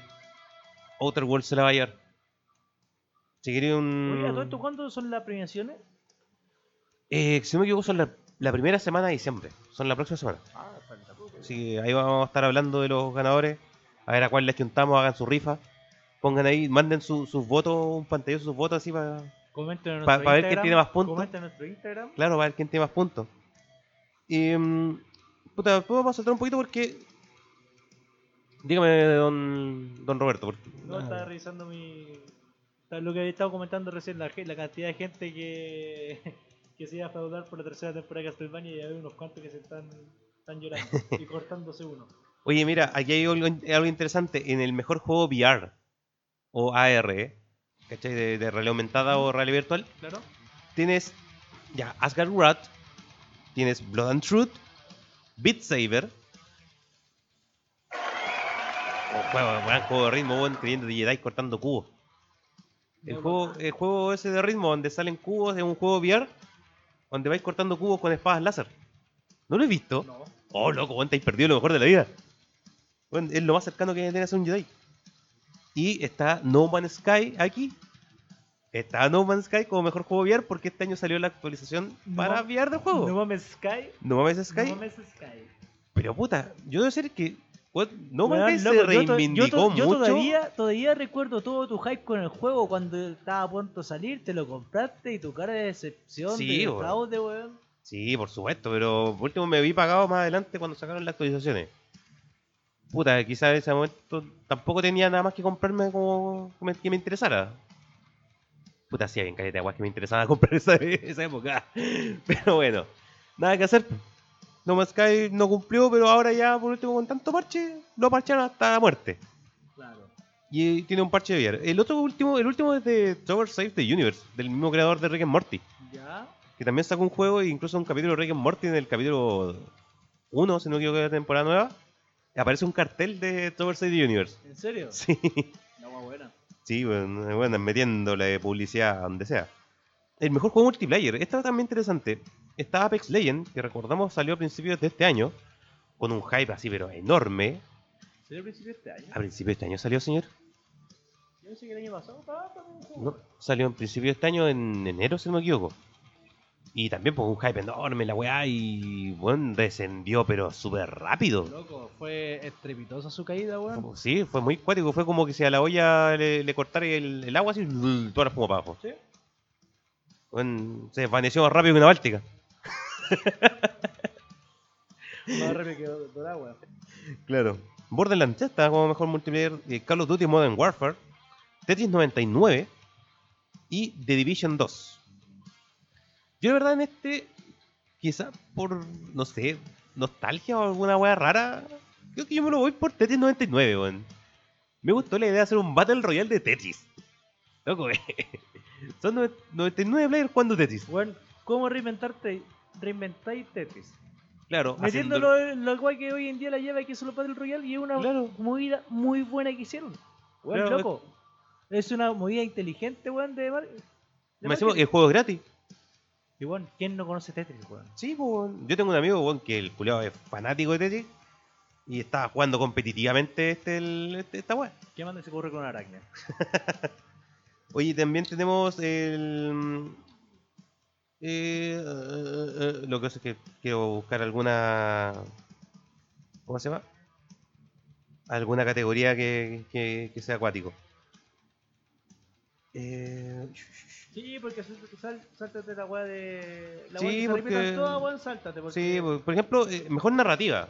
Outer World se la va a llevar. Si quería un. Oye, ¿a todo esto cuándo son las premiaciones? Eh, si no me equivoco, son la, la primera semana de diciembre. Son la próxima semana. Ah, falta poco. Así que ahí vamos a estar hablando de los ganadores. A ver a cuál les chuntamos, hagan su rifa. Pongan ahí, manden su- sus votos, un pantallazo de sus votos así para. Comenten en Pa- nuestro pa' ver quién Instagram. tiene más puntos. Comenten en nuestro Instagram. Claro, para ver quién tiene más puntos. Y. mm, puta, después vamos a saltar un poquito porque. Dígame, don, don Roberto. Porque, No, estaba revisando mi. está- Lo que había estado comentando recién, la, ge- la cantidad de gente que, que se iba a feudar por la tercera temporada de Castlevania y hay unos cuantos que se están, están llorando y cortándose uno. Oye, mira, aquí hay algo, in- algo interesante. En el mejor juego VR o AR, ¿eh? ¿cachai? De, de realidad aumentada o realidad virtual, Claro. tienes ya Asgard Wrath, tienes Blood and Truth, Beat Saber. Oh, juego, buen juego de ritmo, buen creyendo de Jedi cortando cubos. El No, juego, el juego ese de ritmo donde salen cubos es un juego VR donde vais cortando cubos con espadas láser. ¿No lo he visto? No. Oh, loco, weón, te has perdido lo mejor de la vida. Weón, es lo más cercano que tienes a ser un Jedi. Y está No Man's Sky aquí. Está No Man's Sky como mejor juego VR porque este año salió la actualización No para Man's- VR del juego. No No, mames Sky. Man's Sky. No mames Sky. Pero puta, yo debo decir que weón, No Weón, Man's Sky se loco, yo to- reivindicó yo, to- yo mucho. todavía, todavía recuerdo todo tu hype con el juego cuando estaba a punto de salir, te lo compraste y tu cara de decepción, Sí, de weón. fraude, weón. Sí, por supuesto, pero por último me vi pagado más adelante cuando sacaron las actualizaciones. Puta, quizás en ese momento tampoco tenía nada más que comprarme como que me, que me interesara. Puta, sí, bien careta de guas que me interesaba comprar esa, esa época. Pero bueno, nada que hacer. No Man's Sky no cumplió, pero ahora ya por último con tanto parche, lo parcharon hasta la muerte. Claro. Y eh, tiene un parche de VR. El otro último, el último es de Tower Save the Universe, del mismo creador de Rick and Morty Ya. que también sacó un juego e incluso un capítulo de Rick and Morty en el capítulo 1, si no me equivoco, de la temporada nueva. Aparece un cartel de Tower City Universe. ¿En serio? Sí, No, más buena. sí, bueno, bueno, metiéndole publicidad a donde sea. El mejor juego multiplayer, esta también interesante. Está Apex Legends, que recordamos salió a principios de este año, con un hype así, pero enorme. ¿Sería al principio de este año? ¿A principios de este año salió, señor? Yo pensé que el año pasado estaba también un juego. No, salió en principio de este año, en enero, si no me equivoco. Y también pues un hype enorme la weá y bueno, descendió pero súper rápido. Loco, fue estrepitosa su caída, weón. Sí, fue muy cuático, fue como que si a la olla le, le cortara el, el agua así, blul, toda la espuma para abajo. ¿Sí? Bueno, se desvaneció más rápido que una báltica. Más rápido que Dora, weón. Claro. Borderlands ya está como mejor multiplayer. eh, Call of Duty Modern Warfare. Tetris 99. Y The Division 2. Yo la verdad en este, quizá por, no sé, nostalgia o alguna wea rara, creo que yo me lo voy por Tetris 99, weón. Me gustó la idea de hacer un Battle Royale de Tetris. Loco, eh. Son noven- 99 players jugando Tetris. Weón, ¿cómo reinventarte? Reinventáis Tetris. Claro, Metiéndolo en lo cual que hoy en día la lleva y que es solo Battle Royale y es una Claro. movida muy buena que hicieron. Weón, Claro, loco. Es una movida inteligente, weón, de, mar- de Me decimos, marketing. el juego es gratis. Y weón, ¿quién no conoce Tetris, weón? Sí, po, weón. yo tengo un amigo weón, que el culiao es fanático de Tetris y estaba jugando competitivamente este, el- este- esta weá. ¿Qué manda se corre con Aracne? Oye, también tenemos el. eh, eh, eh, eh, lo que pasa es que quiero buscar alguna. ¿Cómo se llama? Alguna categoría que, que- que sea acuático. Eh, Sí, porque sal- sal- sáltate la weá de. La Sí, weá que se porque- repitan todas, weón, sáltate. Porque... Sí, por, por ejemplo, eh, mejor narrativa.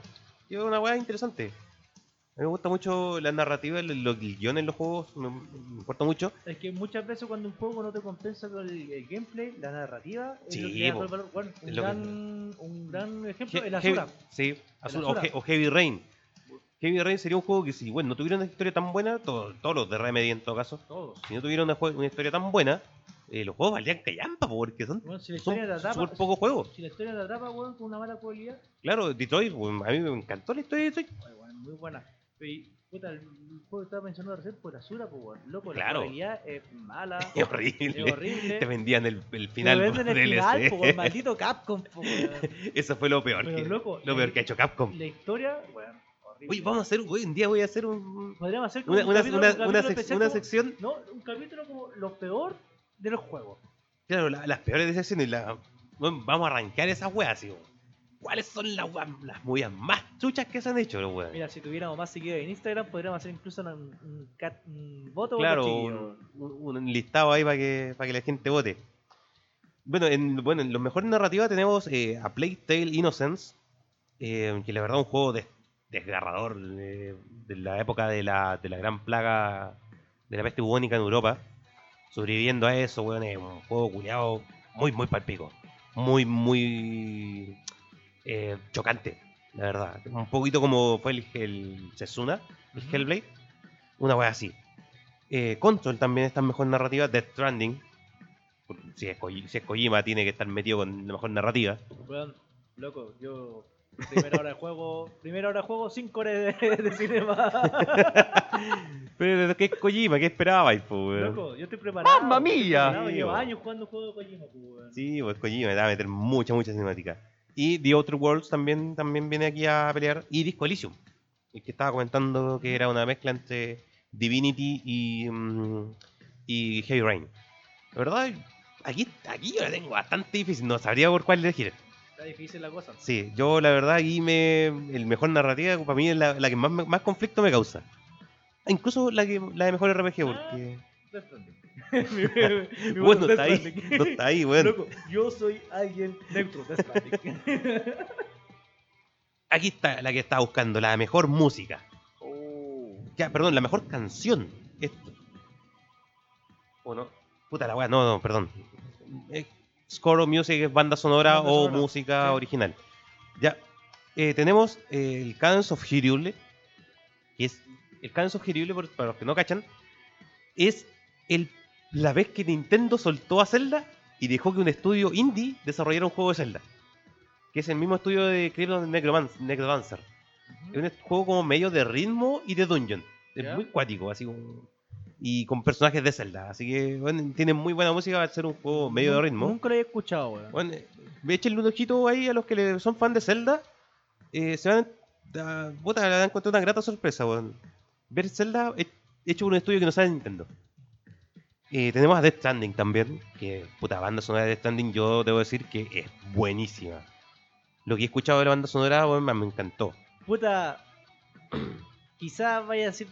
Es una weá interesante. A mí me gusta mucho la narrativa, lo- los guiones en los juegos, me, me importa mucho. Es que muchas veces cuando un juego no te compensa con el, el gameplay, la narrativa, es lo Sí, que le da po. todo el valor. Bueno, un, Es lo que- gran, un gran ejemplo, He- el Azura. Heavy- sí, Azura, Azura. O, He- o Heavy Rain. Heavy Rain sería un juego que si, bueno, no tuviera una historia tan buena, to- todos los de Remedy en todo caso, Todos. si no tuviera una, jue- una historia tan buena, eh, los juegos valían callampa, po, porque son, Bueno, si la son historia te atrapa, súper pocos juegos. si la historia te atrapa, weón, con una mala cualidad, Claro, Detroit, bueno, a mí me encantó la historia de Detroit. ay, weón, muy buena. Y puta, el juego que estaba mencionando recién por Azura, pues weón. Loco, Claro. la cualidad es mala, Es es horrible. horrible. Te vendían el, el Te final venden el DLC. final, po, weón, maldito Capcom, po, weón. Eso fue lo peor. Pero, que- loco, lo peor que ha hecho Capcom. La historia, weón, horrible. Uy, vamos a hacer, hoy en día voy a hacer un, Podríamos hacer como una, un una, capítulo- una- un capítulo una sec- especial una como- sección. No, un capítulo como lo peor de los juegos. Claro, la- las peores secciones. La, bueno, vamos a arrancar esas weas, así, como, ¿Cuáles son las, weas- las movidas más chuchas que se han hecho, los weas? Mira, si tuviéramos más seguidores en Instagram, podríamos hacer incluso un, un cat- un voto. con Claro, los chiquillos. un, un- un listado ahí para que, para que la gente vote. Bueno, en, bueno, en los mejores narrativas tenemos eh, a Plague Tale Innocence, eh, que la verdad es un juego des- desgarrador eh, de la época de la, de la gran plaga de la peste bubónica en Europa. Sobreviviendo a eso, weón, es un juego culiado muy, muy palpico. Muy, muy eh, chocante, la verdad. Un poquito como fue el, el Setsuna, el Ujú. Hellblade. Una wea así. Eh, Control también está en mejor narrativa. Death Stranding. Si es, Koji- si es Kojima, tiene que estar metido con la mejor narrativa. Weón, loco, yo. Primera hora de juego, primera hora de juego, cinco horas de, de cinema. Pero ¿qué es Kojima? ¿Qué esperabais, po, weón? loco, yo estoy preparado. ¡Mamma estoy mía! preparado, Sí, Llevo weón. años jugando juegos de Kojima, pues, weón. Sí, pues Kojima le va a meter mucha, mucha cinemática. Y The Outer Worlds también, también viene aquí a pelear. Y Disco Elysium. El que estaba comentando que era una mezcla entre Divinity y, mm, y Heavy Rain. La verdad, aquí, aquí yo la tengo bastante difícil. No sabría por cuál elegir. Está difícil la cosa. Sí, yo la verdad aquí me. El mejor narrativa para mí es la, la que más, me- más conflicto me causa. Incluso la, que, la de mejor RPG, porque. Death Stranding. Mi- mi- mi bueno, voto es está Death ahí. Stranding. No está ahí, bueno. Loco, yo soy alguien neutro, Death Stranding. Aquí está la que estaba buscando, la mejor música. Ya, perdón, la mejor canción. Esto. ¿O no? Puta la weá, no, no, perdón. Eh, score o music es banda sonora Banda o sonora, música sí. original. Ya. Eh, tenemos eh, el Cadence of Hyrule. Que es. El Cadence of Hyrule, por- para los que no cachan, es el, la vez que Nintendo soltó a Zelda y dejó que un estudio indie desarrollara un juego de Zelda. Que es el mismo estudio de Crypto Necromancer. Necrodancer. Es un juego como medio de ritmo y de dungeon. Es ¿Ya? muy cuático, así como. Y con personajes de Zelda. Así que, bueno, tiene muy buena música. Va a ser un juego medio de ritmo. Nunca lo he escuchado, weón. Bueno, eh, échenle un ojito ahí a los que le- son fan de Zelda. eh, se van a. a- puta, le van a encontrar una grata sorpresa, weón. Ver Zelda he- hecho por un estudio que no sabe Nintendo. Eh, tenemos a Death Stranding también. Que, puta, banda sonora de Death Stranding, yo debo decir que es buenísima. Lo que he escuchado de la banda sonora, weón, me me encantó. Puta. Quizás vaya a decir.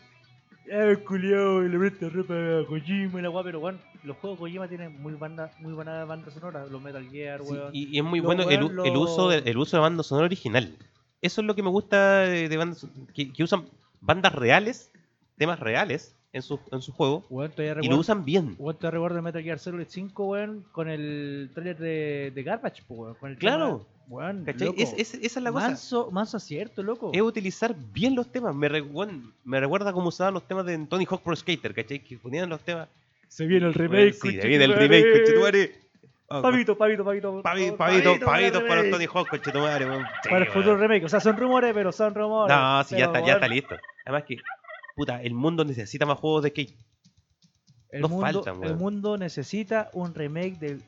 Eh, culiao, le mete ropa a Kojima y la weá, pero weón, los juegos de Kojima tienen muy banda, muy buena banda sonora, los Metal Gear, Sí, weón. y, y es muy Los bueno el, u- weón, el uso de, los- el uso de banda sonora original. Eso es lo que me gusta de, de bandas que, que usan bandas reales, temas reales en su, en su juego Weón, todavía y lo recuerdo. usan bien. Weón, todavía recuerdo el Metal Gear Solid 5, weón, con el trailer de, de Garbage, po, weón. Con el Claro. tema- Weón, ¿Cachai? loco. Es- es- esa es la cosa. Manso, manso acierto, loco. Es utilizar bien los temas. Me, re- weón, me recuerda cómo usaban los temas de Tony Hawk Pro Skater, ¿cachai? Que ponían los temas. Se viene el Weón, sí, ahí viene el remake, conchetumare. Ah, Pavito, pavito, pavito. por Pavi- Pavito, favor, para el pavito para remake. Tony Hawk, conchetumare, weón. Sí, Para el futuro weón. remake. O sea, son rumores, pero son rumores. No, sí, ya Pero, está, ya está weón, listo. Además que, puta, el mundo necesita más juegos de skate. el Nos mundo, faltan, El weón. mundo necesita un remake del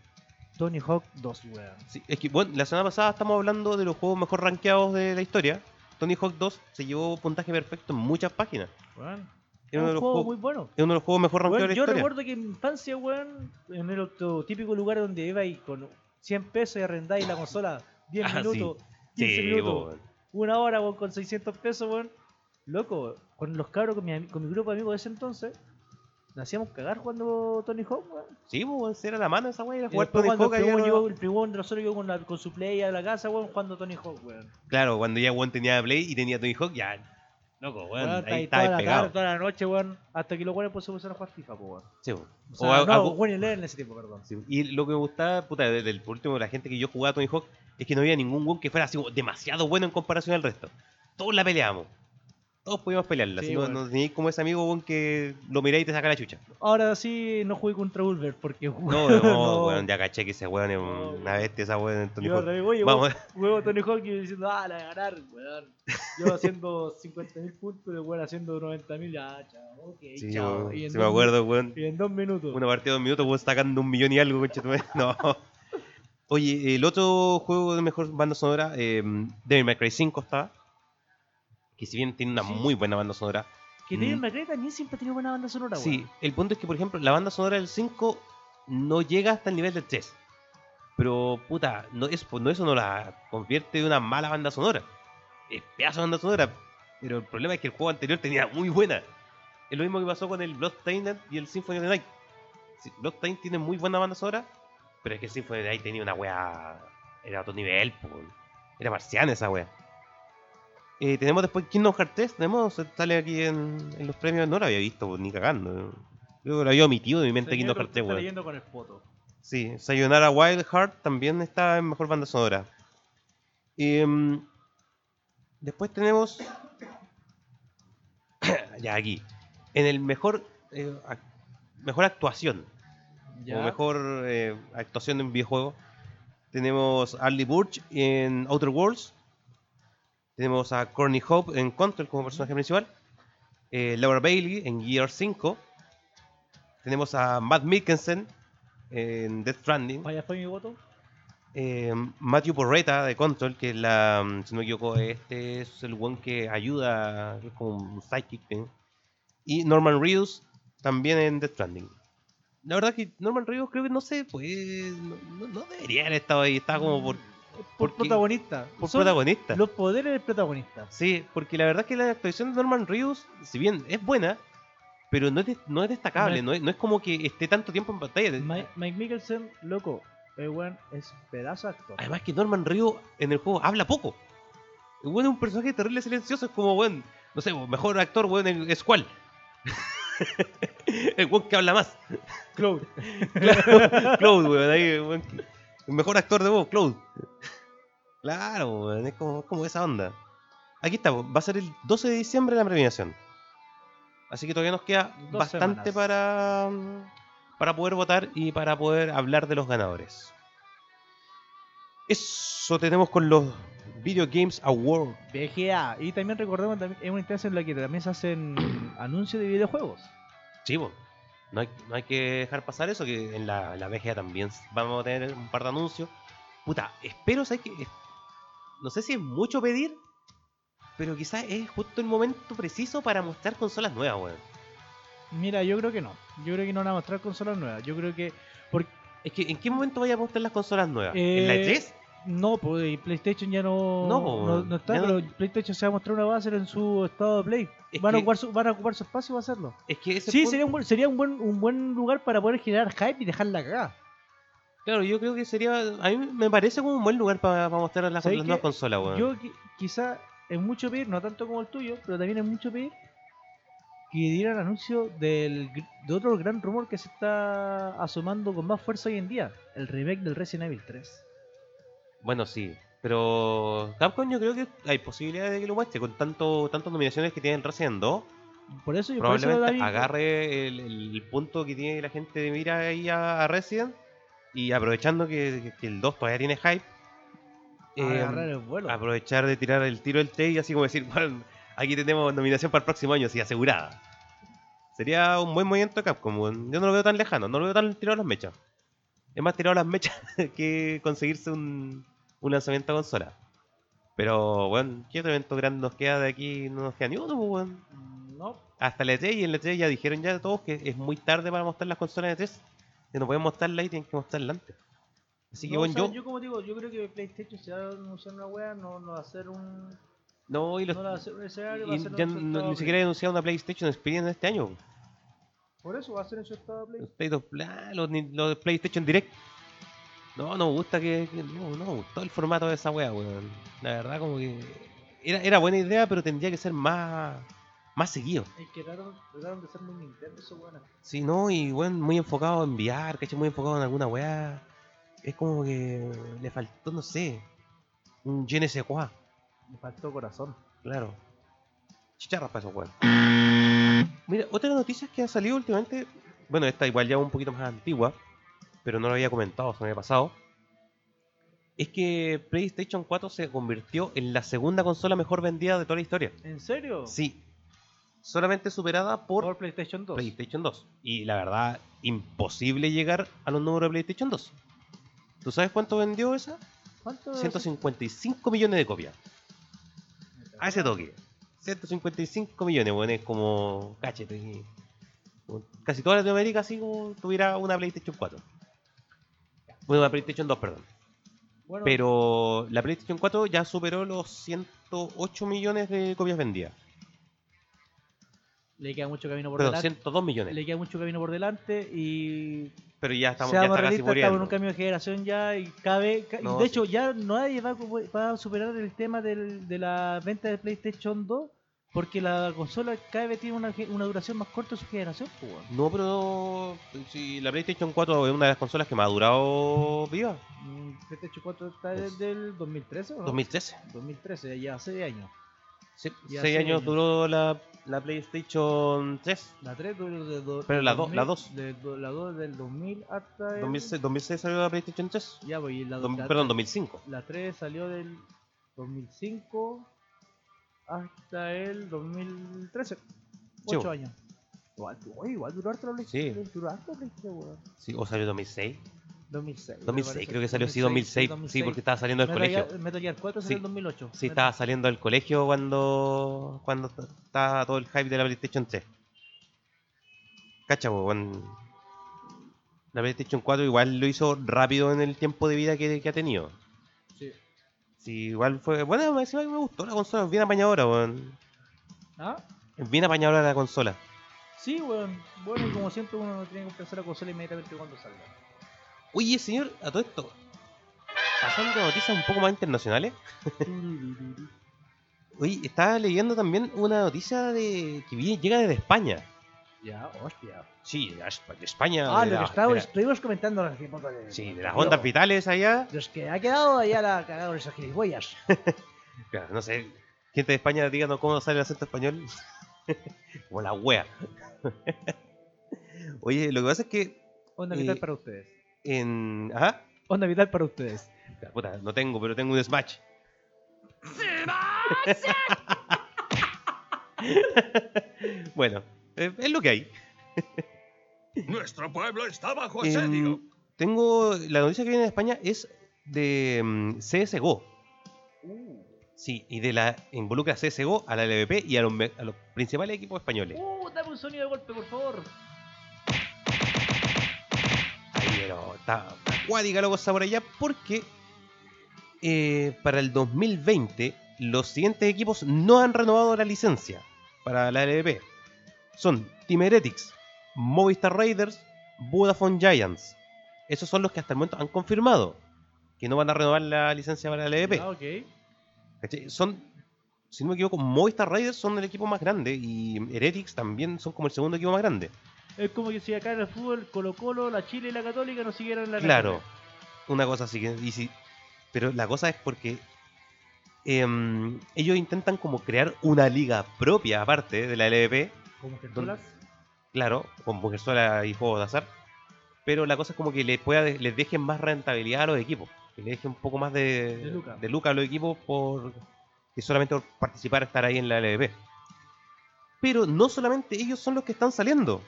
Tony Hawk 2, weón. Sí, es que, bueno, la semana pasada estamos hablando de los juegos mejor rankeados de la historia. Tony Hawk 2 se llevó puntaje perfecto en muchas páginas. Weón, Es Es uno de un los, juego juegos, muy bueno. es uno de los juegos mejor rankeados Weón, de la yo historia. recuerdo que en mi infancia, weón, en el otro típico lugar donde iba y con 100 pesos y arrendáis la consola 10 Ah, sí. minutos, 15 Sí, minutos, weón. una hora, weón, con 600 pesos, weón. Loco, con los cabros, con mi, ami- con mi grupo de amigos de ese entonces, nos hacíamos cagar jugando Tony Hawk, weón. Sí, weón, se era la mano esa weá, era Y jugar después Tony cuando Hawk el ahí primón era- llegó- el primón de nosotros llegó con, la- con su play a la casa, weón, jugando Tony Hawk, weón. Claro, cuando ya weón tenía Play y tenía Tony Hawk, ya. Loco, weón, ahí Weón, toda estaba la tarde, pegado. toda la noche, weón, hasta que los weones pues, se pusieron a jugar FIFA, po, weón. Sí, weón. O O sea, a- no, a- Winning Eleven en ese tiempo, perdón. Sí, Y lo que me gustaba, puta, del, del- por último, de la gente que yo jugaba a Tony Hawk, es que no había ningún weón que fuera así como demasiado bueno en comparación al resto. Todos la peleábamos. Todos podíamos pelearla. Sí, si no, weón. no teníais como ese amigo weón que lo miráis y te saca la chucha. Ahora sí no jugué contra Ulver porque No, no, weón, ya caché que ese weón es No, una bestia, esa weón en Tony Yo al Hawk. revés, oye, Vamos. weón, huevo Tony Hawk y yo diciendo, ah, la de ganar, weón. Yo haciendo 50.000 puntos y el weón haciendo 90.000, ya, chao, ok, Sí, chao. weón, Y en sí me dos acuerdo, weón. min- Y en dos minutos. Una partida de dos minutos, weón, sacando un millón y algo, conchetumare. No. Oye, el otro juego de mejor banda sonora, eh, Devil May Cry 5 está. Que si bien tiene una Sí. muy buena banda sonora, Que David McRae también siempre ha tenido buena banda sonora, weón. Mm. Sí, el punto es que, por ejemplo, la banda sonora del 5 no llega hasta el nivel del 3. Pero, puta, no, es, no eso no la convierte en una mala banda sonora. Es pedazo de banda sonora. Pero el problema es que el juego anterior tenía muy buena. Es lo mismo que pasó con el Bloodstained y el Symphony of the Night. Sí, Bloodstained tiene muy buena banda sonora, pero es que el Symphony of the Night tenía una wea... Era otro nivel, po. Era marciana esa wea. Eh, tenemos después Kingdom Hearts 3, tenemos, sale aquí en, en los premios, no lo había visto, po, ni cagando. Creo que lo había omitido de mi mente Kingdom Hearts 3, está weón. leyendo con el foto. Sí, Sayonara Wild Heart también está en mejor banda sonora. Em, después tenemos. ya aquí. En el mejor. eh, ac- mejor actuación. O mejor eh, actuación en videojuego. Tenemos a Arlie Burch en Outer Worlds. Tenemos a Courtney Hope en Control como personaje principal. eh, Laura Bailey en Gear 5. Tenemos a Matt Mikkelsen en Death Stranding. Vaya, fue mi voto. eh, Matthew Porreta de Control, que es la. mm, Si no me equivoco, este es el one que ayuda. Es como un psychic. ¿eh? Y Norman Reedus también en Death Stranding. La verdad que Norman Reedus creo que no sé, pues. No, no- no debería haber estado ahí. Estaba como por, Por porque- protagonista. por Son protagonista. Los poderes del protagonista. Sí, porque la verdad es que la actuación de Norman Reedus, si bien es buena, pero no es, des- no es No destacable. es- No es, no es como que esté tanto tiempo en pantalla. Mike, Mike Mikkelsen, loco, el weón es pedazo de actor. Además que Norman Río en el juego habla poco. El weón es un personaje terrible silencioso, es como, weón, no sé, mejor actor, weón, es cuál. el weón que habla más. Claude. Claro, Claude, weón, ahí, weón. El mejor actor de voz, Claude. Claro, weón, es como, es como esa onda. Aquí está, va a ser el 12 de diciembre la premiación. Así que todavía nos queda Dos bastante semanas. para, para poder votar y para poder hablar de los ganadores. Eso tenemos con los Video Games Awards. BGA. Y también recordemos también es una instancia en la que también se hacen anuncios de videojuegos. Chivo, no hay, no hay que dejar pasar eso, que en la, en la VGA también vamos a tener un par de anuncios. Puta, espero, ¿sabes qué? Es- No sé si es mucho pedir, pero quizás es justo el momento preciso para mostrar consolas nuevas, weón. Mira, yo creo que no. Yo creo que no van a mostrar consolas nuevas. Yo creo que porque Es que, ¿en qué momento vaya a mostrar las consolas nuevas? Eh, ¿En la E E3? no, pues y PlayStation ya no No, no, no está, ya no- pero PlayStation se va a mostrar una base en su estado de play. Es Van a que- ocupar su, van a ocupar su espacio y va a hacerlo. Es que ese Sí, punto- sería un buen, sería un buen un buen lugar para poder generar hype y dejarla cagada. Claro, yo creo que sería... A mí me parece como un buen lugar para, para mostrar las, ¿Sabes las qué? nuevas consolas, weón. Yo qui- quizá es mucho pedir, no tanto como el tuyo, pero también es mucho pedir que dieran anuncio del, gr- de otro gran rumor que se está asomando con más fuerza hoy en día, el remake del Resident Evil 3. Bueno, sí. Pero Capcom yo creo que hay posibilidades de que lo muestre con tanto, tantas nominaciones que tienen recién 2. Por eso yo por eso, probablemente David, pues. agarre el, el punto que tiene la gente de mira ahí a, a Resident y aprovechando que, que el 2 todavía tiene hype, eh, agarrar el vuelo. aprovechar de tirar el tiro del té y así como decir, bueno, aquí tenemos nominación para el próximo año, así asegurada. Sería un buen movimiento de Capcom, weón. yo no lo veo tan lejano, no lo veo tan tirado a las mechas. Es más tirado a las mechas que conseguirse un, un lanzamiento a consola. Pero, bueno, ¿qué otro evento grande nos queda de aquí? No nos queda ni uno, pues, weón. No, Hasta la E3 y en la E3 ya dijeron ya todos que es muy tarde para mostrar las consolas de E3. Que no pueden mostrarla ahí, tienen que mostrarla antes. Así que No, bueno, o sea, yo, yo como digo, yo creo que PlayStation se va a anunciar una wea, no, no va a ser un, no, y los- no va a ser un escenario, va a y ser ya un no- resultado ni siquiera he anunciado una PlayStation Experience este año. Play. Por eso va a ser en su estado Play. Los State of Play, ah, los, ni- los de PlayStation Direct. No, no me gusta que. que- no, no me gustó el formato de esa wea, weón. La verdad, como que. Era, era buena idea, pero tendría que ser más. Más seguido. Es que trataron, trataron de ser muy Nintendo, eso bueno. Sí, no, y bueno, muy enfocado en VR, ¿cachai? Muy enfocado en alguna weá. Es como que le faltó, no sé, un je ne sais quoi, Me faltó corazón. claro. Chicharras para esos weón. Mira, otras noticias que han salido últimamente, bueno, esta igual ya un poquito más antigua, pero no lo había comentado, se me había pasado. Es que PlayStation 4 se convirtió en la segunda consola mejor vendida de toda la historia. ¿En serio? Sí. Solamente superada Oh. Por, por PlayStation 2. PlayStation 2. Y la verdad, imposible llegar a los números de PlayStation 2. ¿Tú sabes cuánto vendió esa? Ah, ¿Cuánto? 155 millones de copias. A ese toque. 155 millones, bueno, es como cachete. y- como Casi toda Latinoamérica así como tuviera una PlayStation 4. Bueno, una PlayStation 2, perdón. Bueno, Pero la PlayStation 4 ya superó los 108 millones de copias vendidas. le queda mucho camino por Perdón, delante. 102 millones. Le queda mucho camino por delante y Pero ya estamos ya seamos está casi realistas, estamos en muriendo. un cambio de generación ya y cabe... ca- y No, de sí. hecho, ya nadie va, a cu- va a superar el tema del- de la venta de PlayStation 2 porque la consola cada vez tiene una, ge- una duración más corta de su generación. po, weón. No, pero si la PlayStation 4 es una de las consolas que más ha durado viva. Mm, PlayStation 4 está Es- desde el 2013, ¿o no? 2013. 2013, ya hace 6 años. Sí, Ya seis sí, años ya. duró la, la PlayStation 3. La 3 duró de do- Pero del la do- la dos. 2000, de do- la 2 del 2000 hasta... el- 2006, 2006 salió la PlayStation 3. Ya, pues, y la, Dom- la- perdón, 2005. La 3 salió del 2005 hasta el 2013. Sí, 8 bo. años. Igual, oye, igual duró harto la Play- Sí. duró harto la Play 3, weón. Sí, o salió 2006. 2006. me 2006, parece. creo que salió sí 2006. Sí, porque estaba saliendo del Metal colegio. Gear- Metal Gear 4 salió Sí. en 2008. Sí, Metal- estaba saliendo del colegio cuando cuando t- estaba todo el hype de la PlayStation 3. Cacha, po, weón. La PlayStation 4 igual lo hizo rápido en el tiempo de vida que, que ha tenido. Sí. Sí, igual fue. Bueno, me, encima que me gustó la consola, es bien apañadora, weón. ¿Ah? Es bien apañadora la consola. Sí, weón. Bueno, y como siempre, uno no tiene que empezar a consola inmediatamente cuando salga. Oye, señor, a todo esto. Pasando a noticias un poco más internacionales. Oye, estaba leyendo también una noticia de que viene- llega desde España. ya, hostia. Sí, de Aspa- de España. Ah, de lo que la- estábamos- de la- estuvimos comentando hace tiempo. Sí, de las ondas vitales allá. Los que ha quedado allá la cagada con esas gilipollas. Claro, no sé. Gente de España, díganos cómo sale el acento español. Como la wea. Oye, lo que pasa es que Onda Eh, vital para ustedes. en. Ajá. Onda vital para ustedes. La puta, no tengo, pero tengo un Smash. bueno, eh, es lo que hay. Nuestro pueblo está bajo Em, asedio. tengo. La noticia que viene de España es de mm, CSGO. Sí, y de la involucra CSGO a la LVP y a los, me- a los principales equipos españoles. Uh, dame un sonido de golpe, por favor. Ay, pero está acuática loco esa por allá porque eh, para el 2020 los siguientes equipos no han renovado la licencia para la LVP. Son Team Heretics, Movistar Raiders, Vodafone Giants. Esos son los que hasta el momento han confirmado que no van a renovar la licencia para la LVP. Ah, ok. ¿Cachai? Son si no me equivoco, Movistar Raiders son el equipo más grande y Heretics también son como el segundo equipo más grande. Es como que si acá en el fútbol Colo Colo, la Chile y la Católica no siguieron en la Claro, Católica. una cosa así que. y si- pero la cosa es porque em, ellos intentan como crear una liga propia, aparte de la LVP, Como que tú las- claro, con Mujerzuela y juegos de azar. Pero la cosa es como que les, pueda, les dejen más rentabilidad a los equipos. Que les dejen un poco más de, De lucas. a los equipos por que solamente por participar, estar ahí en la LVP. Pero no solamente ellos son los que están saliendo.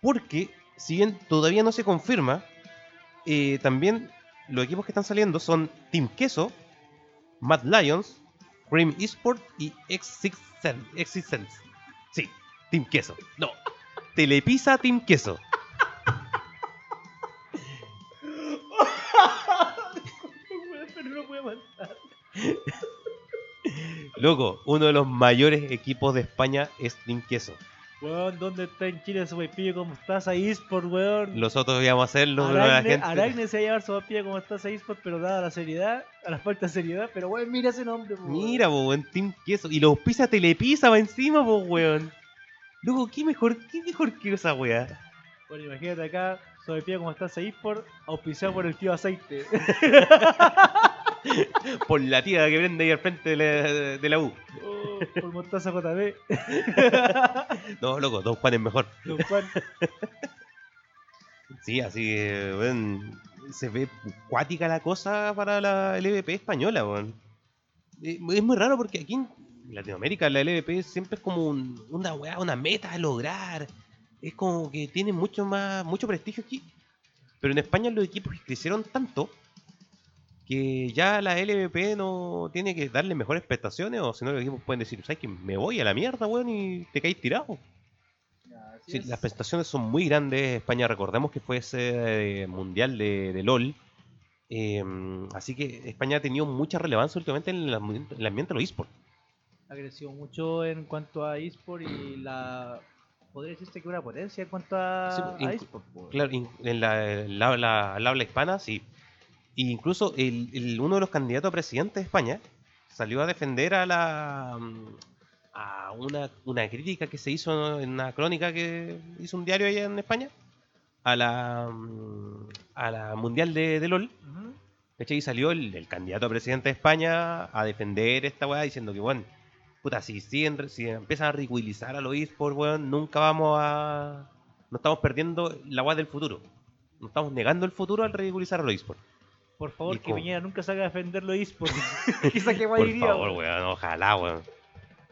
Porque, si bien todavía no se confirma, eh, también los equipos que están saliendo son Team Queso, Mad Lions, Cream Esport y Existence. Sí, Team Queso. No, Telepisa Team Queso. Pero no puede aguantar. Loco, uno de los mayores equipos de España es Team Queso. Weón, ¿dónde está en Chile su pillo como estás ahí, eSport, weón? Nosotros íbamos a hacerlo, pero la Aragne, gente. Aragne se va a llevar su pillo como estás ahí, eSport, pero dada la seriedad, a la falta de seriedad, pero weón, mira ese nombre, weón. Mira, po, weón, Team Queso. Y los pisa Telepisa va encima, po, weón. Loco, ¿qué mejor, qué mejor que esa weá? Bueno, imagínate acá, sobre pie como estás ahí por auspiciado por el tío aceite. Por la tía que vende ahí al frente de la, de la U. Oh, por Mostaza JB. No, loco, Don Juan es mejor. Don Juan. Sí, así que, weón, se ve cuática la cosa para la LVP española, weón. Eh, Es muy raro porque aquí en Latinoamérica la LVP siempre es como un- una weá, una meta a lograr. Es como que tiene mucho más, mucho prestigio aquí. Pero en España los equipos crecieron tanto que ya la LVP no tiene que darle mejores prestaciones o si no los equipos pueden decir, ¿sabes que Me voy a la mierda, weón, y te caes tirado. Sí, las presentaciones son muy grandes. España, recordemos que fue ese eh, mundial de, de LOL. Eh, así que España ha tenido mucha relevancia últimamente en el, ambi- en el ambiente de los esports. Ha crecido mucho en cuanto a eSport y la. Podría decirse que una potencia en cuanto a, Sí, en- a eSport. pues. po. Claro, in- en la, la- la- la habla hispana, sí. E incluso el, el- uno de los candidatos a presidente de España salió a defender a la mm, a una, una crítica que se hizo en una crónica que hizo un diario allá en España a la mm, a la mundial de, de LOL Ujú. ¿Cachai? Y salió el, el candidato a presidente de España a defender esta weá diciendo que, bueno, puta, si, siguen re- si empiezan a ridiculizar a los esports, weón, nunca vamos a. No estamos perdiendo la weá del futuro. No estamos negando el futuro al ridiculizar a los esports. Por favor, ¿Y que cómo? Piñera nunca salga a defender los eSport. Quizá que va Por favor, weón, ojalá, weón.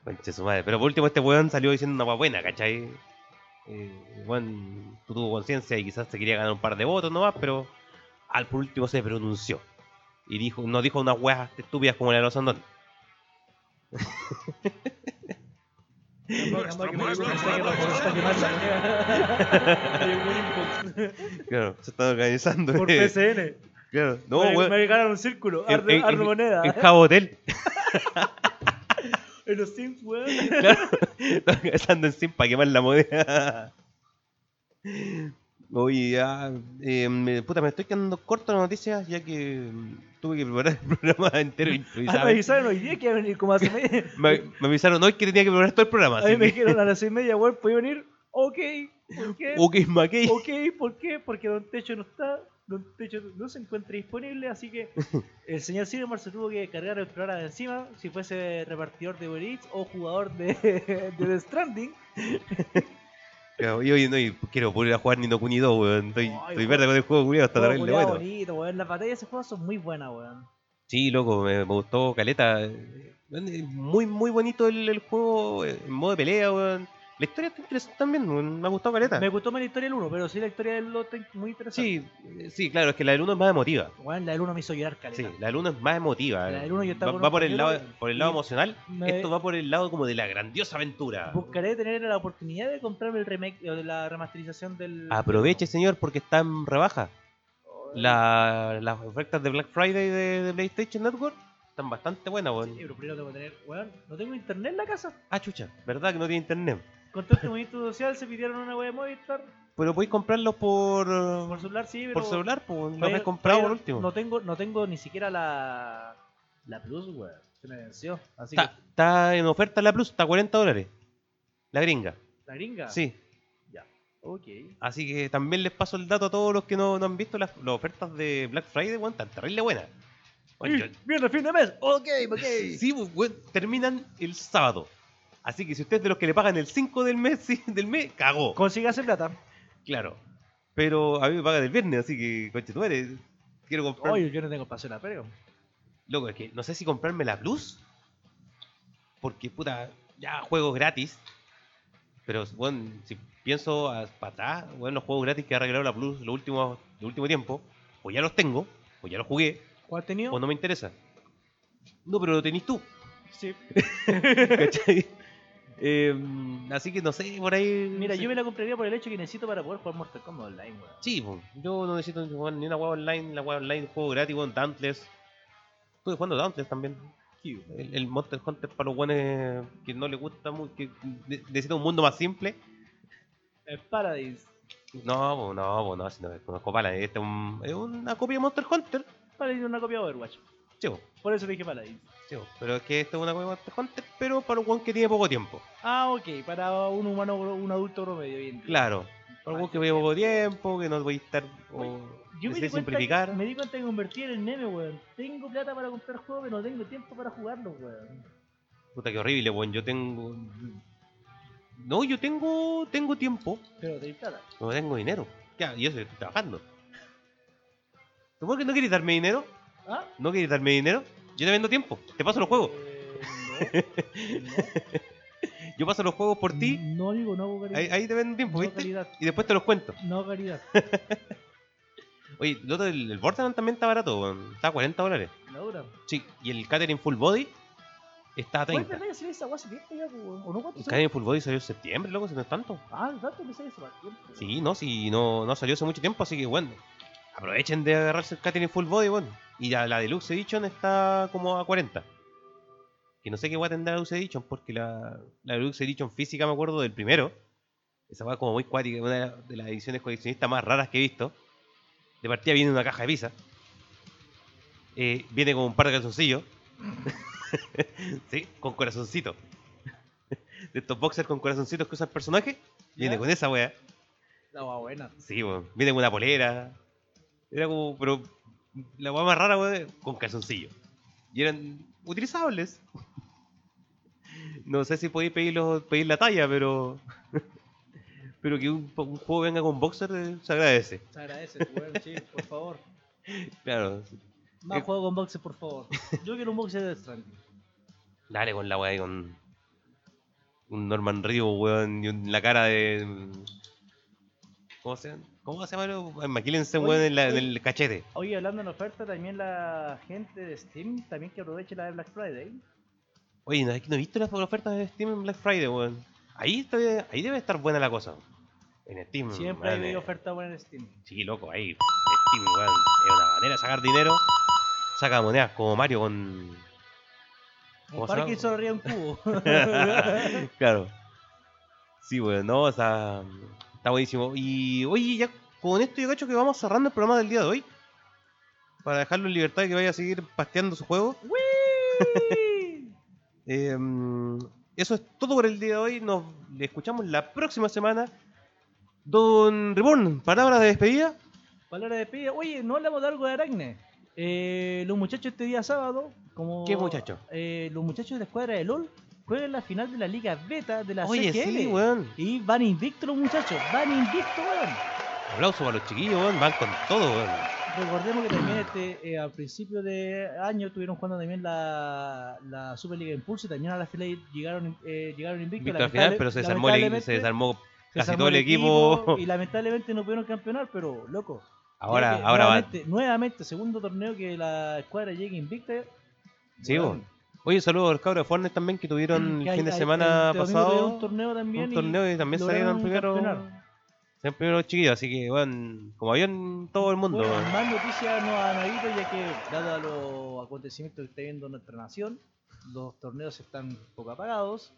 Conche su madre. Pero por último, este weón salió diciendo una weá buena, ¿cachai? Eh, weón tuvo conciencia y quizás se quería ganar un par de votos nomás, pero al por último se pronunció. Y dijo, no dijo unas weas estúpidas como la de los Andón. Nuestro pueblo está Claro, se están organizando. Por eh, PCN. Claro. No, me, weón. me regalaron un círculo. En- Arde, en- arde en- moneda. ¿eh? En Cabo Hotel. En los Sims, weón. Claro. Están organizando en Sim para quemar la moneda. Oye, ya, eh, me, puta, me estoy quedando corto de noticias ya que mm, tuve que preparar el programa entero Ah, improvisado. me avisaron hoy día que iba a venir como hace media. Me, me avisaron hoy que tenía que preparar todo el programa. A mí Así me que, dijeron a las seis y media, weón, ¿puedo venir? Ok, ¿por qué? ok, maquey. Ok, ¿por qué? Porque Don Techo no está, Don Techo no se encuentra disponible, así que el señor Silvermar se tuvo que cargar el programa de encima, si fuese repartidor de Uber Eats o jugador de, de Death Stranding. Claro, Y hoy no y quiero volver a jugar Nino Kuni 2, weón. Estoy, Ay, estoy weón. verde con el juego, culiao, está Juego terrible culiao bueno. bonito, weón. Las batallas de ese juego son muy buenas, weón. Sí, loco, me, me gustó Caleta. Eh, Muy, muy bonito el, el juego eh, en modo de pelea, weón. La historia está interesante también, weón. me ha gustado Caleta. Me gustó más la historia del 1, pero sí la historia del 2 está muy interesante. Sí, eh, sí, claro, es que la del 1 es más emotiva. Weón, la del 1 me hizo llorar, Sí, caleta. la del 1 es más emotiva. La del uno yo estaba va, con va un por el lado, compañero por el lado y emocional, me- esto va por el lado como de la grandiosa aventura. Buscaré tener la oportunidad de comprarme el remake, eh, o de la remasterización del... Oh, Aproveche, señor, porque está en rebaja. La- las ofertas de Black Friday de, de PlayStation Network están bastante buenas, Sí, weón. pero primero tengo que tener, weón, no tengo internet en la casa. Ah, chucha, ¿verdad que no tiene internet? Con todo este movimiento social se pidieron una web de Movistar. Pero podéis comprarlos por, eh, Por celular sí, pero. por celular, pues, lo todavía- habrás comprado por todavía último. No tengo, no tengo ni siquiera la. La Plus, weón. Se me venció. Así Está, que, está en oferta en la Plus, está a 40 dólares. La gringa. la gringa. Sí. Ya. Ok. Así que también les paso el dato a todos los que no, no han visto las, las ofertas de Black Friday, weón, tan terrible buena. Weón, yo- Bien, el fin de mes. Ok, ok. Sí, pues, weón, terminan el sábado. Así que si usted es de los que le pagan el 5 del mes, sí, del mes, cagó. Consígase plata. Claro. Pero a mí me pagan el viernes, así que, coche, tú eres. Quiero comprar. Oye, yo no tengo pasión a pero. Loco, es que no sé si comprarme la Plus. Porque, puta, ya juegos gratis. Pero, bueno, si pienso a, para atrás, bueno, los juegos gratis que ha regalado la Plus lo último, el último tiempo, o ya los tengo, o ya los jugué, ¿Cuál has tenido? o no me interesa. No, pero lo tenés tú. Sí. ¿Cachai? Em, así que no sé, por ahí. Mira, sí. yo me la compraría por el hecho que necesito para poder jugar Mortal Kombat Online, weón. Sí, po, yo no necesito ni jugar ni una web online, la web online, juego gratis, con Dauntless. Estuve jugando Dauntless también. El, el Monster Hunter para los guanes que no les gusta mucho, que ne- necesita un mundo más simple. El Eh, Paradise. No, po, no, po, no, si no es una copala, este es, un- es una copia de Monster Hunter. Paradise es una copia de Overwatch. Sí, po, Por eso dije Paradise. sí, po, pero es que esto es una copia de Monster Hunter, pero para un guan que tiene poco tiempo. Ah, ok. Para un humano, un adulto promedio. Bien. Claro, para un guan que tiene poco tiempo, que no voy a estar. O, Oye, Yo me necesita di, simplificar. cuenta, me di cuenta que convertí en el meme, weón. Tengo plata para comprar juegos, pero no tengo tiempo para jugarlos, weón. Puta, qué horrible, weón. Yo tengo. No, yo tengo tengo tiempo, Pero tenéis plata. no tengo dinero. Ya, y eso que estoy trabajando. ¿Tú por qué no quieres darme dinero? ¿Ah? ¿No quieres darme dinero? Yo te vendo tiempo, te paso los juegos. Eh, no, Yo paso los juegos por no, ti, No digo no, caridad. ahí, ahí te vendo tiempo, no, ¿viste? caridad. Y después te los cuento. No, caridad. Oye, el, otro, el, el Borderlands también está barato, weón. Está a 40 dólares. No, dura. Sí, y el Catering Full Body está a ¿Cuál 30. verdad que salió esa guasa que ya, weón? ¿O no cuánto El salió? Catering Full Body salió en septiembre, loco, si no es tanto. Ah, tanto que salió hace más tiempo. Sí, no, sí, no, no salió hace mucho tiempo, así que bueno. Aprovechen de agarrarse el Catering Full Body, bueno. Y la, la Deluxe Edition está como a 40. Que no sé qué va a tener la Deluxe Edition, porque la, la Deluxe Edition física, me acuerdo, del primero. Esa va como muy cuática, una de las- de las ediciones coleccionistas más raras que he visto. De partida viene en una caja de pizza. Eh, viene con un par de calzoncillos. sí, con corazoncito. De estos boxers con corazoncitos que usa el personaje, viene ¿Ya? con esa wea. La guagua buena. Sí, weón. Viene con una polera. Era como, pero la weá más rara, weón, con calzoncillo. Y eran utilizables. No sé si podéis pedir, los- pedir la talla, pero. Pero que un, un juego venga con boxer eh, se agradece. Se agradece, weón, sí, por favor. Claro. Más Eh. juego con boxes, por favor. Yo quiero un boxe de Death Stranding. Dale con la weá y con. Un Norman Río, weón, y un- la cara de. ¿Cómo se llama? ¿Cómo se llama? Maquílense, Oye, weón, en, la- en oye. el cachete. Oye, hablando en oferta, también la gente de Steam, también que aproveche la de Black Friday. Oye, no, es que no he visto las ofertas de Steam en Black Friday, weón. Ahí, está- ahí debe estar buena la cosa. En Steam. Siempre weón, hay eh. oferta buena en Steam. Sí, loco, ahí. Steam, weón. Es una manera de sacar dinero. Saca monedas como Mario con. Un ¿Cómo se llama? parque hizo ría un cubo. claro. Sí, weón, no, o sea. Está buenísimo. Y oye, ya con esto yo cacho que vamos cerrando el programa del día de hoy. Para dejarlo en libertad y que vaya a seguir pasteando su juego. ¡Wii! Eh, eso es todo por el día de hoy. Nos le escuchamos la próxima semana. Don Reborn, palabras de despedida. Palabra de despedida. Oye, no hablamos de algo de Aracne. Eh, los muchachos este día sábado, como... ¿Qué muchachos? Eh, los muchachos de la escuadra de LOL juegan la final de la Liga Beta de la Oye, CGL. sí, weón. Y van invictos los muchachos, van invictos, weón. Aplauso para los chiquillos, weón. Van con todo, weón. Recordemos que también este, eh, al principio de año estuvieron jugando también la, la Superliga Impulso y también a la final llegaron, eh, llegaron invictos. Víctor al final, Lamentable- pero se desarmó, el- lamentablemente, se desarmó se casi desarmó todo el equipo. Y lamentablemente no pudieron campeonar, pero loco. creo Ahora, que ahora va. nuevamente, nuevamente, segundo torneo que la escuadra llegue invicta. Sí, Weón, weón. Oye, saludos a los cabros de Fortnite también que tuvieron que el hay- fin de hay- semana este domingo tuvieron pasado. Un torneo también. un torneo y también salieron lograron primero- campeonar. Sean primero los chiquillos, así que, weón, como habían todo el mundo, Bueno, weón. más noticias no han habido, ya que, dada los acontecimientos que está viendo nuestra nación, los torneos están poco apagados.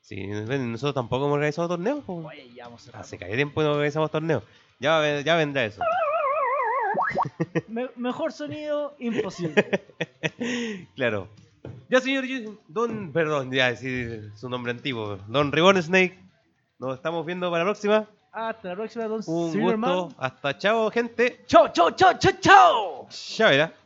Sí, ven, nosotros tampoco hemos organizado torneos, po. Oye, ya vamos a Hace cae tiempo no organizamos torneos. Ya, ve- ya vendrá eso. Mejor sonido imposible. claro. Ya, señor, Jason- don, perdón, ya, sí, su nombre antiguo. Don Ribbon Snake, nos estamos viendo para la próxima. Hasta la próxima, Don Un Silverman. gusto. Hasta chao, gente. Chao, chao, chao, chao, chao. Ya verá.